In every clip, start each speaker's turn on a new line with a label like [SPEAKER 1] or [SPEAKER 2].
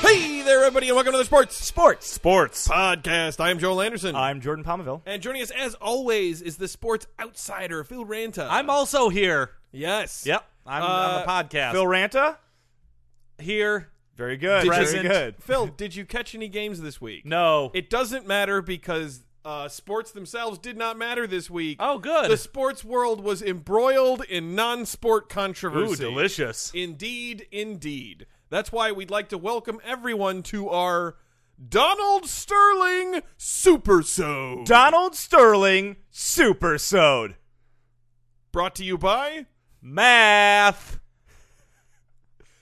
[SPEAKER 1] Hey there, everybody, and welcome to the Sports Sports
[SPEAKER 2] Sports.
[SPEAKER 1] Podcast. I am Joel Anderson,
[SPEAKER 2] I'm Jordan Palmaville.
[SPEAKER 1] and joining us as always is the sports outsider Phil Ranta.
[SPEAKER 2] I'm also here.
[SPEAKER 1] yes,
[SPEAKER 2] Yep. I'm on
[SPEAKER 1] Uh,
[SPEAKER 2] the podcast.
[SPEAKER 3] Phil Ranta?
[SPEAKER 2] here.
[SPEAKER 3] Very good.
[SPEAKER 1] Did you-
[SPEAKER 3] Very good.
[SPEAKER 1] Phil, did you catch any games this week?
[SPEAKER 2] No.
[SPEAKER 1] It doesn't matter because uh, sports themselves did not matter this week.
[SPEAKER 2] oh, good.
[SPEAKER 1] The sports world was embroiled in non-sport controversy.
[SPEAKER 2] Ooh, delicious.
[SPEAKER 1] Indeed, indeed. That's why we'd like to welcome everyone to our Donald Sterling Super Show.
[SPEAKER 3] Donald Sterling Super Sewed.
[SPEAKER 1] Brought to you by
[SPEAKER 2] Math.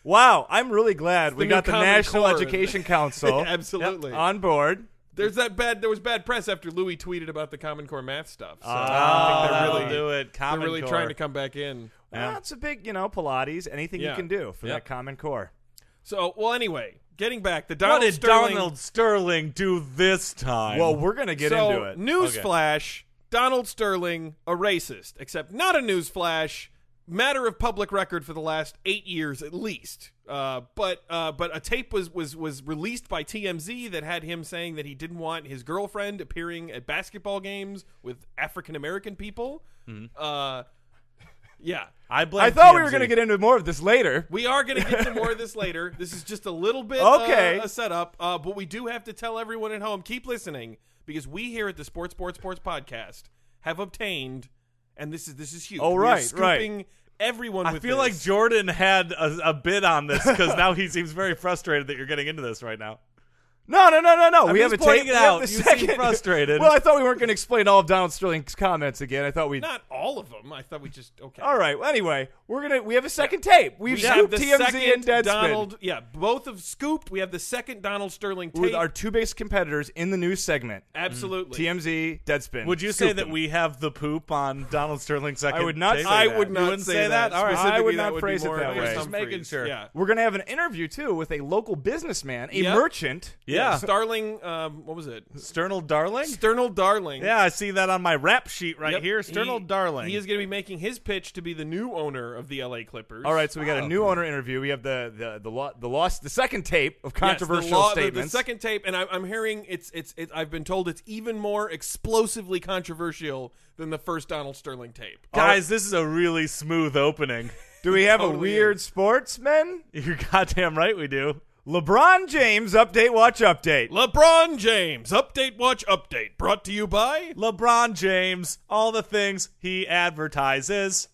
[SPEAKER 3] Wow, I'm really glad we
[SPEAKER 1] the
[SPEAKER 3] got
[SPEAKER 1] new
[SPEAKER 3] the
[SPEAKER 1] Common
[SPEAKER 3] National
[SPEAKER 1] Core.
[SPEAKER 3] Education Council
[SPEAKER 1] Yeah, absolutely.
[SPEAKER 3] yep, on board.
[SPEAKER 1] There's that bad. There was bad press after Louis tweeted about the Common Core math stuff. So
[SPEAKER 2] Oh,
[SPEAKER 1] I
[SPEAKER 2] that'll
[SPEAKER 1] think they're really,
[SPEAKER 2] do it.
[SPEAKER 1] they're
[SPEAKER 2] Common
[SPEAKER 1] really
[SPEAKER 2] Core.
[SPEAKER 1] trying to come back in.
[SPEAKER 3] Well, Uh, it's a big, you know, Pilates, anything
[SPEAKER 1] Yeah.
[SPEAKER 3] you can do for
[SPEAKER 1] Yep.
[SPEAKER 3] that Common Core.
[SPEAKER 1] So well, anyway, getting back the
[SPEAKER 2] What
[SPEAKER 1] Donald
[SPEAKER 2] did
[SPEAKER 1] Sterling.
[SPEAKER 2] Donald Sterling do this time?
[SPEAKER 3] Well, we're going to get
[SPEAKER 1] so
[SPEAKER 3] into it.
[SPEAKER 1] newsflash: Donald Sterling, a racist, except not a newsflash. Matter of public record for the last eight years at least. Uh, but uh, but a tape was was was released by TMZ that had him saying that he didn't want his girlfriend appearing at basketball games with African American people.
[SPEAKER 3] Mm-hmm.
[SPEAKER 1] Uh, yeah.
[SPEAKER 2] I blame.
[SPEAKER 3] I thought we
[SPEAKER 2] TMZ.
[SPEAKER 3] were going to get into more of this later.
[SPEAKER 1] We are going to get to more of this later. This is just a little bit
[SPEAKER 3] Okay.
[SPEAKER 1] uh, a setup, uh, but we do have to tell everyone at home keep listening because we here at the Sports Sports Sports podcast have obtained, and this is this is huge.
[SPEAKER 3] Oh,
[SPEAKER 1] We are
[SPEAKER 3] right, right.
[SPEAKER 1] scooping everyone.
[SPEAKER 2] I
[SPEAKER 1] with
[SPEAKER 2] feel
[SPEAKER 1] this.
[SPEAKER 2] like Jordan had a, a bid on this because now he seems very frustrated that you're getting into this right now.
[SPEAKER 3] No, no, no, no, no. we
[SPEAKER 2] just
[SPEAKER 3] have a
[SPEAKER 2] pointing
[SPEAKER 3] tape.
[SPEAKER 2] it
[SPEAKER 3] we have
[SPEAKER 2] out.
[SPEAKER 3] the
[SPEAKER 2] You seem
[SPEAKER 3] second.
[SPEAKER 2] frustrated.
[SPEAKER 3] well, I thought we weren't going to explain all of Donald Sterling's comments again. I thought we
[SPEAKER 1] not all of them. I thought we just okay.
[SPEAKER 3] All right. Well, anyway, we're gonna we have a second tape. We've
[SPEAKER 1] We have
[SPEAKER 3] scooped
[SPEAKER 1] the
[SPEAKER 3] TMZ
[SPEAKER 1] second
[SPEAKER 3] and Deadspin
[SPEAKER 1] Donald. Yeah, both of scooped. We have the second Donald Sterling tape.
[SPEAKER 3] with our two biggest competitors in the news segment.
[SPEAKER 1] Absolutely.
[SPEAKER 3] TMZ, Deadspin.
[SPEAKER 2] Would you
[SPEAKER 3] Scooped
[SPEAKER 2] say that
[SPEAKER 3] them.
[SPEAKER 2] we have the poop on Donald Sterling's second?
[SPEAKER 3] I would not
[SPEAKER 2] tape?
[SPEAKER 3] say
[SPEAKER 1] I
[SPEAKER 3] that.
[SPEAKER 1] would
[SPEAKER 3] You
[SPEAKER 1] not
[SPEAKER 2] wouldn't say that? All right.
[SPEAKER 1] Specifically,
[SPEAKER 3] I would
[SPEAKER 1] that
[SPEAKER 3] not
[SPEAKER 1] be
[SPEAKER 3] phrase it
[SPEAKER 1] more
[SPEAKER 3] that
[SPEAKER 1] of a
[SPEAKER 3] way.
[SPEAKER 2] Just making sure.
[SPEAKER 1] Yeah.
[SPEAKER 3] We're gonna have an interview too with a local businessman, a
[SPEAKER 1] Yep.
[SPEAKER 3] merchant.
[SPEAKER 2] Yeah,
[SPEAKER 1] Starling, um, what was it?
[SPEAKER 2] Sternal Darling.
[SPEAKER 1] Sternal Darling.
[SPEAKER 2] Yeah, I see that on my rap sheet right
[SPEAKER 1] Yep.
[SPEAKER 2] here. Sternal
[SPEAKER 1] He-
[SPEAKER 2] Darling.
[SPEAKER 1] He is going to be making his pitch to be the new owner of the LA Clippers.
[SPEAKER 3] All right, so we got
[SPEAKER 2] Oh.
[SPEAKER 3] a new owner interview. We have the the the, lo- the lost the second tape of
[SPEAKER 1] Yes, the
[SPEAKER 3] controversial
[SPEAKER 1] law- the-
[SPEAKER 3] statements.
[SPEAKER 1] The, second tape, and I, I'm hearing it's, it's it's I've been told it's even more explosively controversial than the first Donald Sterling tape.
[SPEAKER 2] Guys, this is a really smooth opening.
[SPEAKER 3] Do we have
[SPEAKER 1] Totally
[SPEAKER 3] a weird sportsman?
[SPEAKER 2] You're goddamn right we do.
[SPEAKER 3] LeBron James update. Watch update.
[SPEAKER 1] LeBron James update watch update brought to you by
[SPEAKER 2] LeBron James, all the things he advertises.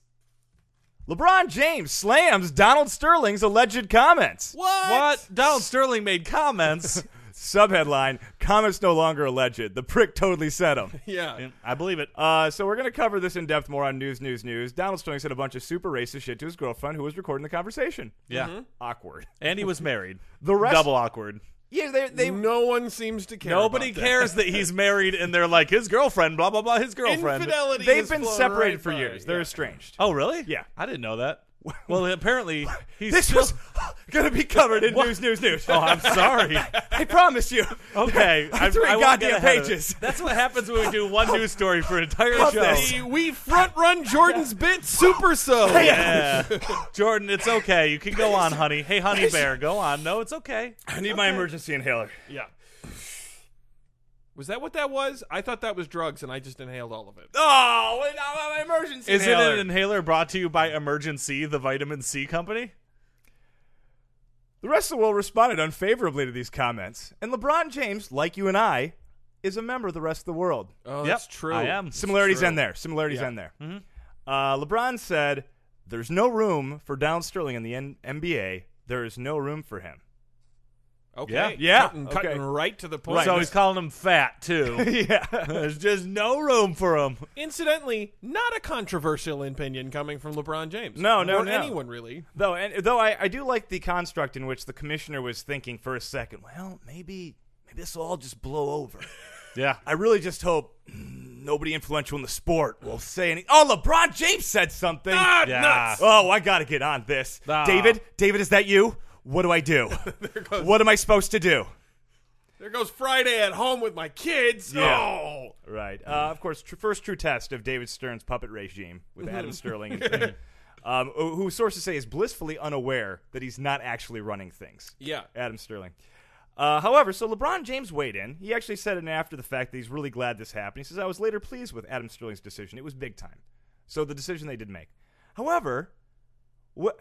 [SPEAKER 3] LeBron James slams Donald Sterling's alleged comments.
[SPEAKER 1] what?
[SPEAKER 2] What? Donald Sterling made comments.
[SPEAKER 3] Subheadline: Comments no longer alleged. The prick totally said them.
[SPEAKER 1] Yeah.
[SPEAKER 2] I believe it.
[SPEAKER 3] Uh, so we're going to cover this in depth more on news, news, news. Donald Sterling said a bunch of super racist shit to his girlfriend who was recording the conversation.
[SPEAKER 2] Yeah.
[SPEAKER 3] Awkward.
[SPEAKER 2] And he was married.
[SPEAKER 3] The rest-
[SPEAKER 2] Double awkward.
[SPEAKER 3] Yeah, they they
[SPEAKER 1] no one seems to care.
[SPEAKER 2] Nobody
[SPEAKER 1] about that.
[SPEAKER 2] cares that he's married and they're like, his girlfriend, blah, blah, blah, his girlfriend.
[SPEAKER 1] Infidelity.
[SPEAKER 3] they've
[SPEAKER 1] has
[SPEAKER 3] been
[SPEAKER 1] flown
[SPEAKER 3] separated
[SPEAKER 1] right
[SPEAKER 3] for
[SPEAKER 1] by.
[SPEAKER 3] years. They're estranged.
[SPEAKER 2] Oh, really?
[SPEAKER 3] Yeah.
[SPEAKER 2] I didn't know that. Well, apparently he's
[SPEAKER 3] this
[SPEAKER 2] still.
[SPEAKER 3] was going to be covered in news, news, news.
[SPEAKER 2] Oh, I'm sorry.
[SPEAKER 3] I promise you.
[SPEAKER 2] Okay, I-
[SPEAKER 3] Three
[SPEAKER 2] I won't
[SPEAKER 3] goddamn
[SPEAKER 2] get ahead of it.
[SPEAKER 3] pages.
[SPEAKER 2] That's what happens when we do one news story for an entire
[SPEAKER 3] Love
[SPEAKER 2] show.
[SPEAKER 3] this.
[SPEAKER 1] We- We front run Jordan's bit super so.
[SPEAKER 2] Yeah, Jordan, it's okay. You can go on, honey. Hey, honey bear, go on. No, it's okay.
[SPEAKER 3] I need my emergency inhaler.
[SPEAKER 1] Yeah. Was that what that was? I thought that was drugs, and I just inhaled all of it.
[SPEAKER 3] Oh, and, uh, my emergency
[SPEAKER 2] Is it
[SPEAKER 3] inhaler.
[SPEAKER 2] an inhaler brought to you by Emergency, the vitamin C company?
[SPEAKER 3] The rest of the world responded unfavorably to these comments, and LeBron James, like you and I, is a member of the rest of the world.
[SPEAKER 1] Oh,
[SPEAKER 2] Yep,
[SPEAKER 1] that's true.
[SPEAKER 2] I am.
[SPEAKER 3] Similarities
[SPEAKER 1] true.
[SPEAKER 3] end there. Similarities
[SPEAKER 1] Yeah. Mm-hmm.
[SPEAKER 3] end there. Uh, LeBron said, "There's no room for Down Sterling in the N- NBA. There is no room for him."
[SPEAKER 1] Okay.
[SPEAKER 2] Yeah.
[SPEAKER 3] Yeah.
[SPEAKER 1] Cutting,
[SPEAKER 3] Okay.
[SPEAKER 1] cutting right to the point.
[SPEAKER 2] So he's calling him fat too.
[SPEAKER 3] yeah.
[SPEAKER 2] There's just no room for him.
[SPEAKER 1] Incidentally, not a controversial opinion coming from LeBron James.
[SPEAKER 3] No, no,
[SPEAKER 1] or
[SPEAKER 3] no.
[SPEAKER 1] anyone really.
[SPEAKER 3] Though, and though I, I do like the construct in which the commissioner was thinking for a second. Well, maybe maybe this will all just blow over.
[SPEAKER 2] Yeah.
[SPEAKER 3] I really just hope nobody influential in the sport will say anything. Oh, LeBron James said something.
[SPEAKER 1] Ah,
[SPEAKER 2] Yeah.
[SPEAKER 1] nuts.
[SPEAKER 3] Oh, I gotta get on this.
[SPEAKER 2] Ah.
[SPEAKER 3] David, David, is that you? What do I do? what am I supposed to do?
[SPEAKER 1] There goes Friday at home with my kids.
[SPEAKER 3] Yeah.
[SPEAKER 1] Oh.
[SPEAKER 3] Right. Uh, of course, tr- first true test of David Stern's puppet regime with
[SPEAKER 1] Mm-hmm.
[SPEAKER 3] Adam Sterling, and- um, who who sources say is blissfully unaware that he's not actually running things.
[SPEAKER 1] Yeah.
[SPEAKER 3] Adam Sterling. Uh, however, so LeBron James weighed in. He actually said in after the fact that he's really glad this happened. He says, I was later pleased with Adam Sterling's decision. It was big time. So the decision they did make. However, wh-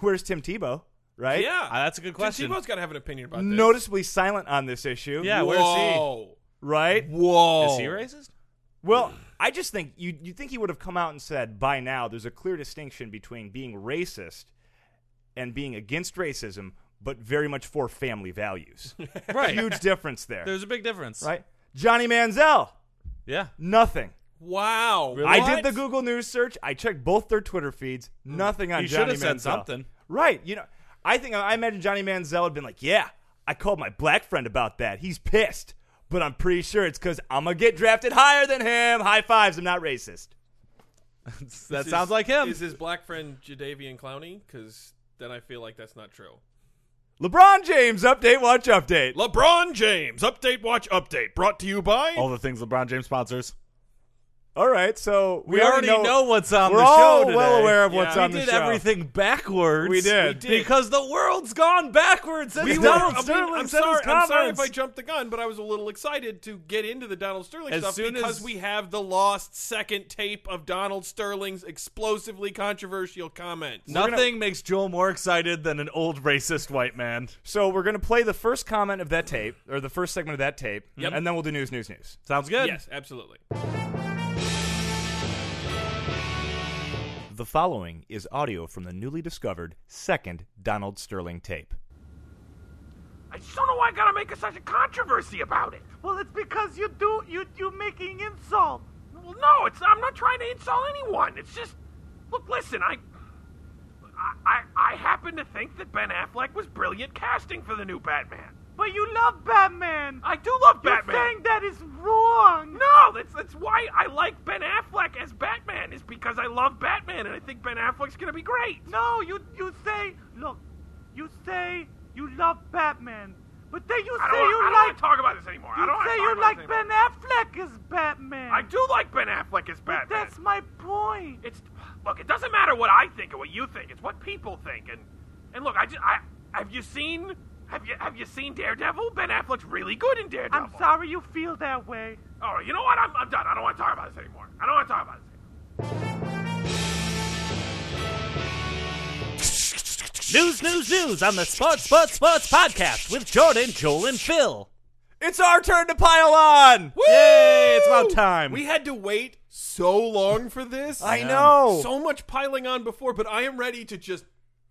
[SPEAKER 3] where's Tim Tebow, right?
[SPEAKER 1] Yeah.
[SPEAKER 2] Ah, that's a good question.
[SPEAKER 1] Tebow's got to have an opinion about this.
[SPEAKER 3] Noticeably silent on this issue.
[SPEAKER 2] Yeah, where's he?
[SPEAKER 1] Whoa.
[SPEAKER 3] Right?
[SPEAKER 1] Whoa.
[SPEAKER 3] Oh.
[SPEAKER 2] Is he racist?
[SPEAKER 3] Well, I just think you you think he would have come out and said by now there's a clear distinction between being racist and being against racism, but very much for family values.
[SPEAKER 2] Right.
[SPEAKER 3] Huge difference there,
[SPEAKER 2] There's a big difference.
[SPEAKER 3] right? Johnny Manziel,
[SPEAKER 2] Yeah.
[SPEAKER 3] nothing.
[SPEAKER 1] Wow.
[SPEAKER 3] I did
[SPEAKER 1] What?
[SPEAKER 3] the Google News search. I checked both their Twitter feeds. Nothing on
[SPEAKER 2] Hmm. He should
[SPEAKER 3] Johnny
[SPEAKER 2] have said
[SPEAKER 3] Manziel.
[SPEAKER 2] something.
[SPEAKER 3] Right? You know, I think I imagine Johnny Manziel had been like, "Yeah, I called my black friend about that. He's pissed, but I'm pretty sure it's because I'm gonna get drafted higher than him. High fives. I'm not racist."
[SPEAKER 2] That
[SPEAKER 1] Is-
[SPEAKER 2] sounds like him.
[SPEAKER 1] Is his black friend Jadavian Clowney? Because then I feel like that's not true.
[SPEAKER 3] LeBron James update. Watch update.
[SPEAKER 1] LeBron James update. Watch update. Brought to you by.
[SPEAKER 2] All the things LeBron James sponsors.
[SPEAKER 3] All right, so we,
[SPEAKER 2] We, already know, what's on
[SPEAKER 3] we're
[SPEAKER 2] the show
[SPEAKER 3] all
[SPEAKER 2] today.
[SPEAKER 3] well aware of
[SPEAKER 1] Yeah.
[SPEAKER 3] what's
[SPEAKER 1] We
[SPEAKER 3] on
[SPEAKER 2] we
[SPEAKER 3] the
[SPEAKER 2] did
[SPEAKER 3] show.
[SPEAKER 2] everything backwards.
[SPEAKER 3] We did.
[SPEAKER 1] We did.
[SPEAKER 2] because the world's gone backwards since
[SPEAKER 3] We were-
[SPEAKER 2] Donald
[SPEAKER 1] I mean,
[SPEAKER 2] Sterling
[SPEAKER 1] I'm
[SPEAKER 2] said
[SPEAKER 1] sorry,
[SPEAKER 2] his
[SPEAKER 1] I'm sorry
[SPEAKER 2] comments.
[SPEAKER 1] if I jumped the gun, but I was a little excited to get into the Donald Sterling
[SPEAKER 2] As
[SPEAKER 1] stuff
[SPEAKER 2] soon
[SPEAKER 1] because
[SPEAKER 2] as-
[SPEAKER 1] we have the lost second tape of Donald Sterling's explosively controversial comments.
[SPEAKER 2] Nothing makes Joel more excited than an old racist white man.
[SPEAKER 3] So we're gonna play the first comment of that tape, or the first segment of that tape, and then we'll do news, news, news.
[SPEAKER 2] Sounds good.
[SPEAKER 1] Yes, absolutely.
[SPEAKER 3] The following is audio from the newly discovered second Donald Sterling tape.
[SPEAKER 4] I just don't know why I gotta make such a controversy about it.
[SPEAKER 5] Well, it's because you do you you making insult.
[SPEAKER 4] Well, no, it's I'm not trying to insult anyone. It's just, look, listen, I, I, I, I happen to think that Ben Affleck was brilliant casting for the new Batman.
[SPEAKER 5] But you love Batman.
[SPEAKER 4] I do love
[SPEAKER 5] You're
[SPEAKER 4] Batman.
[SPEAKER 5] saying that is wrong.
[SPEAKER 4] No, that's that's why I like Ben Affleck as Batman is because I love Batman and I think Ben Affleck's gonna be great.
[SPEAKER 5] No, you you say look, you say you love Batman, but then you
[SPEAKER 4] I
[SPEAKER 5] say
[SPEAKER 4] don't, wanna-
[SPEAKER 5] you
[SPEAKER 4] I don't
[SPEAKER 5] like
[SPEAKER 4] wanna talk about this anymore. I
[SPEAKER 5] you
[SPEAKER 4] don't wanna
[SPEAKER 5] say
[SPEAKER 4] talk
[SPEAKER 5] you
[SPEAKER 4] about
[SPEAKER 5] like
[SPEAKER 4] this anymore.
[SPEAKER 5] Ben Affleck as Batman.
[SPEAKER 4] I do like Ben Affleck as Batman.
[SPEAKER 5] But that's my point.
[SPEAKER 4] It's look. It doesn't matter what I think or what you think. It's what people think. And and look, I just I have you seen have you have you seen Daredevil? Ben Affleck's really good in Daredevil.
[SPEAKER 5] I'm sorry you feel that way.
[SPEAKER 4] Oh, you know what? I'm, I'm done. I don't want to talk about this anymore. I don't want to talk about this. anymore.
[SPEAKER 2] News, news, news on the Sports, Sports, Sports podcast with Jordan, Joel, and Phil.
[SPEAKER 3] It's our turn to pile on.
[SPEAKER 2] Yay! It's about time.
[SPEAKER 1] We had to wait so long for this.
[SPEAKER 3] I know.
[SPEAKER 1] so much piling on before, but I am ready to just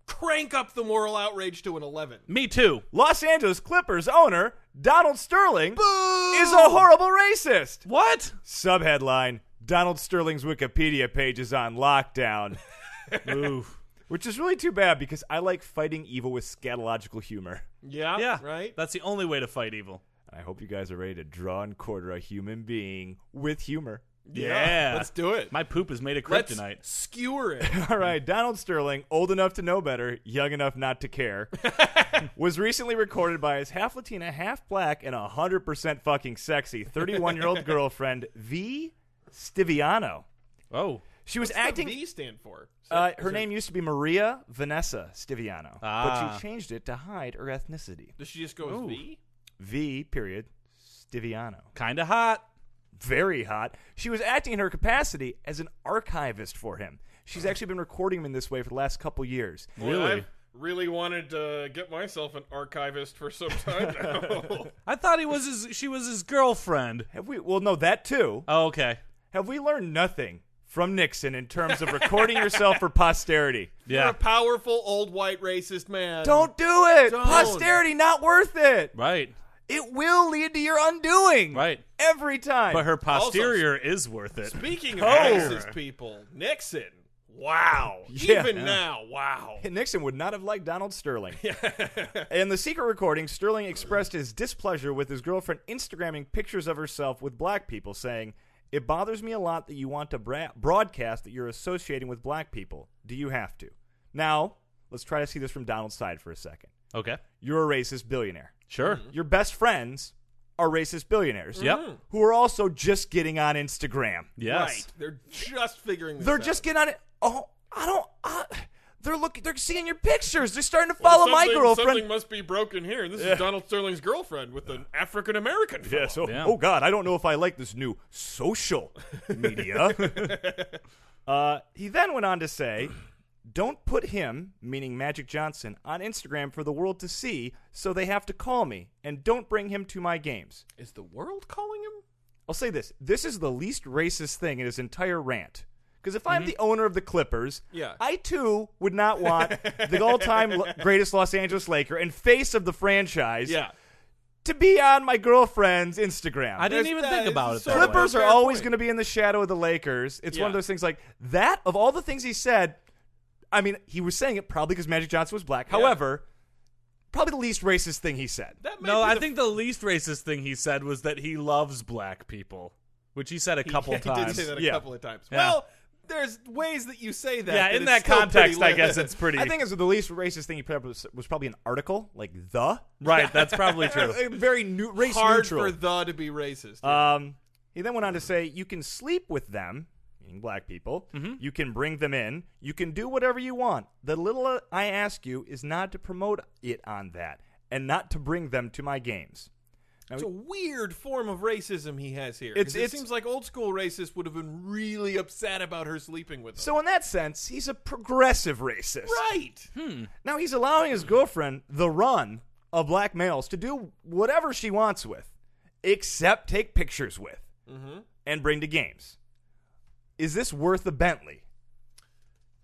[SPEAKER 1] crank up the moral outrage to an eleven.
[SPEAKER 2] Me too.
[SPEAKER 3] Los Angeles Clippers owner Donald Sterling is a horrible racist.
[SPEAKER 2] What?
[SPEAKER 3] Subheadline: Donald Sterling's Wikipedia page is on lockdown.
[SPEAKER 2] Oof.
[SPEAKER 3] Which is really too bad because I like fighting evil with scatological humor.
[SPEAKER 1] Yeah,
[SPEAKER 2] Yeah.
[SPEAKER 1] right.
[SPEAKER 2] That's the only way to fight evil.
[SPEAKER 3] And I hope you guys are ready to draw and quarter a human being with humor.
[SPEAKER 2] Yeah.
[SPEAKER 1] let's do it.
[SPEAKER 2] My poop is made of
[SPEAKER 1] Let's
[SPEAKER 2] kryptonite.
[SPEAKER 1] skewer it.
[SPEAKER 3] All right, Donald Sterling, old enough to know better, young enough not to care, was recently recorded by his half Latina, half black, and 100% fucking sexy 31 year old girlfriend, V. Stiviano.
[SPEAKER 2] Oh.
[SPEAKER 3] She was
[SPEAKER 1] What's the
[SPEAKER 3] acting.
[SPEAKER 1] V stand for? Is
[SPEAKER 3] uh,
[SPEAKER 1] that-
[SPEAKER 3] her
[SPEAKER 1] is
[SPEAKER 3] name used to be Maria Vanessa Stiviano, but
[SPEAKER 2] Ah.
[SPEAKER 3] she changed it to hide her ethnicity.
[SPEAKER 1] Does she just go with V?
[SPEAKER 3] V. Period. Stiviano.
[SPEAKER 2] Kinda hot.
[SPEAKER 3] very hot. She was acting in her capacity as an archivist for him. She's actually been recording him in this way for the last couple years.
[SPEAKER 2] Really?
[SPEAKER 1] really wanted to get myself an archivist for some time now.
[SPEAKER 2] I thought he was his she was his girlfriend.
[SPEAKER 3] Have we? Well, no, that too.
[SPEAKER 2] Oh, okay.
[SPEAKER 3] Have we learned nothing from Nixon in terms of recording yourself for posterity.
[SPEAKER 1] You're
[SPEAKER 2] Yeah.
[SPEAKER 1] a powerful old white racist man.
[SPEAKER 3] Don't do it.
[SPEAKER 1] Don't.
[SPEAKER 3] Posterity not worth it.
[SPEAKER 2] Right.
[SPEAKER 3] It will lead to your undoing.
[SPEAKER 2] Right.
[SPEAKER 3] Every time.
[SPEAKER 2] But her posterior is worth it.
[SPEAKER 1] Speaking of racist people, Nixon. Wow.
[SPEAKER 3] Yeah.
[SPEAKER 1] Even
[SPEAKER 3] Yeah.
[SPEAKER 1] now, wow.
[SPEAKER 3] Nixon would not have liked Donald Sterling. In the secret recording, Sterling expressed his displeasure with his girlfriend Instagramming pictures of herself with black people, saying, It bothers me a lot that you want to bra- broadcast that you're associating with black people. Do you have to? Now, let's try to see this from Donald's side for a second.
[SPEAKER 2] Okay.
[SPEAKER 3] You're a racist billionaire.
[SPEAKER 2] Sure.
[SPEAKER 1] Mm.
[SPEAKER 3] Your best friends are racist billionaires
[SPEAKER 2] Yep.
[SPEAKER 3] who are also just getting on Instagram.
[SPEAKER 2] Yes.
[SPEAKER 1] Right. They're just figuring this
[SPEAKER 3] They're
[SPEAKER 1] out.
[SPEAKER 3] just getting on it. Oh, I don't. I, they're looking. They're seeing your pictures. They're starting to follow my
[SPEAKER 1] Something-
[SPEAKER 3] girlfriend.
[SPEAKER 1] Something must be broken here. And this is Donald Sterling's girlfriend with an African American.
[SPEAKER 3] Yes. Oh,
[SPEAKER 2] Yeah.
[SPEAKER 3] oh God, I don't know if I like this new social media. uh, he then went on to say, "Don't put him, meaning Magic Johnson, on Instagram for the world to see, so they have to call me, and don't bring him to my games."
[SPEAKER 1] Is the world calling him?
[SPEAKER 3] I'll say this: this is the least racist thing in his entire rant. Because if I'm the owner of the Clippers,
[SPEAKER 1] Mm-hmm. Yeah.
[SPEAKER 3] I too would not want the all-time lo- greatest Los Angeles Laker and face of the franchise
[SPEAKER 1] Yeah.
[SPEAKER 3] to be on my girlfriend's Instagram.
[SPEAKER 2] I didn't
[SPEAKER 1] There's
[SPEAKER 2] even
[SPEAKER 1] that-
[SPEAKER 2] think
[SPEAKER 1] it's
[SPEAKER 2] about it.
[SPEAKER 1] so-
[SPEAKER 2] That way.
[SPEAKER 3] Clippers are
[SPEAKER 1] Fair
[SPEAKER 3] always
[SPEAKER 1] point.
[SPEAKER 3] going to be in the shadow of the Lakers. It's one of
[SPEAKER 1] Yeah.
[SPEAKER 3] those things like that. Of all the things he said, I mean, he was saying it probably because Magic Johnson was black. However, probably the least racist thing he said.
[SPEAKER 1] That may
[SPEAKER 2] No,
[SPEAKER 1] be
[SPEAKER 2] I
[SPEAKER 1] the-
[SPEAKER 2] think the least racist thing he said was that he loves black people, which he said a couple
[SPEAKER 1] he
[SPEAKER 2] times.
[SPEAKER 1] did say that a
[SPEAKER 3] Yeah.
[SPEAKER 1] couple of times.
[SPEAKER 2] Yeah.
[SPEAKER 1] Well, there's ways that you say that.
[SPEAKER 2] yeah,
[SPEAKER 1] but
[SPEAKER 2] in
[SPEAKER 1] it's
[SPEAKER 2] that
[SPEAKER 1] still
[SPEAKER 2] context, I
[SPEAKER 1] pretty
[SPEAKER 2] guess
[SPEAKER 1] li-
[SPEAKER 2] it's pretty.
[SPEAKER 3] I think it's the least racist thing he put up was, was probably an article like the
[SPEAKER 2] right. That's probably true.
[SPEAKER 3] Uh, very new, race
[SPEAKER 1] hard
[SPEAKER 3] neutral.
[SPEAKER 1] for the to be racist.
[SPEAKER 3] Um, he then went on to say, "You can sleep with them, meaning black people. You can bring them in. You can do whatever you want. The little I ask you is not to promote it on that, and not to bring them to my games."
[SPEAKER 1] it's a weird form of racism he has here.
[SPEAKER 3] It's-
[SPEAKER 1] 'cause it
[SPEAKER 3] it's-
[SPEAKER 1] seems like old school racists would have been really upset about her sleeping with him.
[SPEAKER 3] So, in that sense, he's a progressive racist.
[SPEAKER 1] right.
[SPEAKER 3] Now, he's allowing his girlfriend, the run of black males, to do whatever she wants with, except take pictures with
[SPEAKER 1] Mm-hmm.
[SPEAKER 3] and bring to games. Is this worth a Bentley?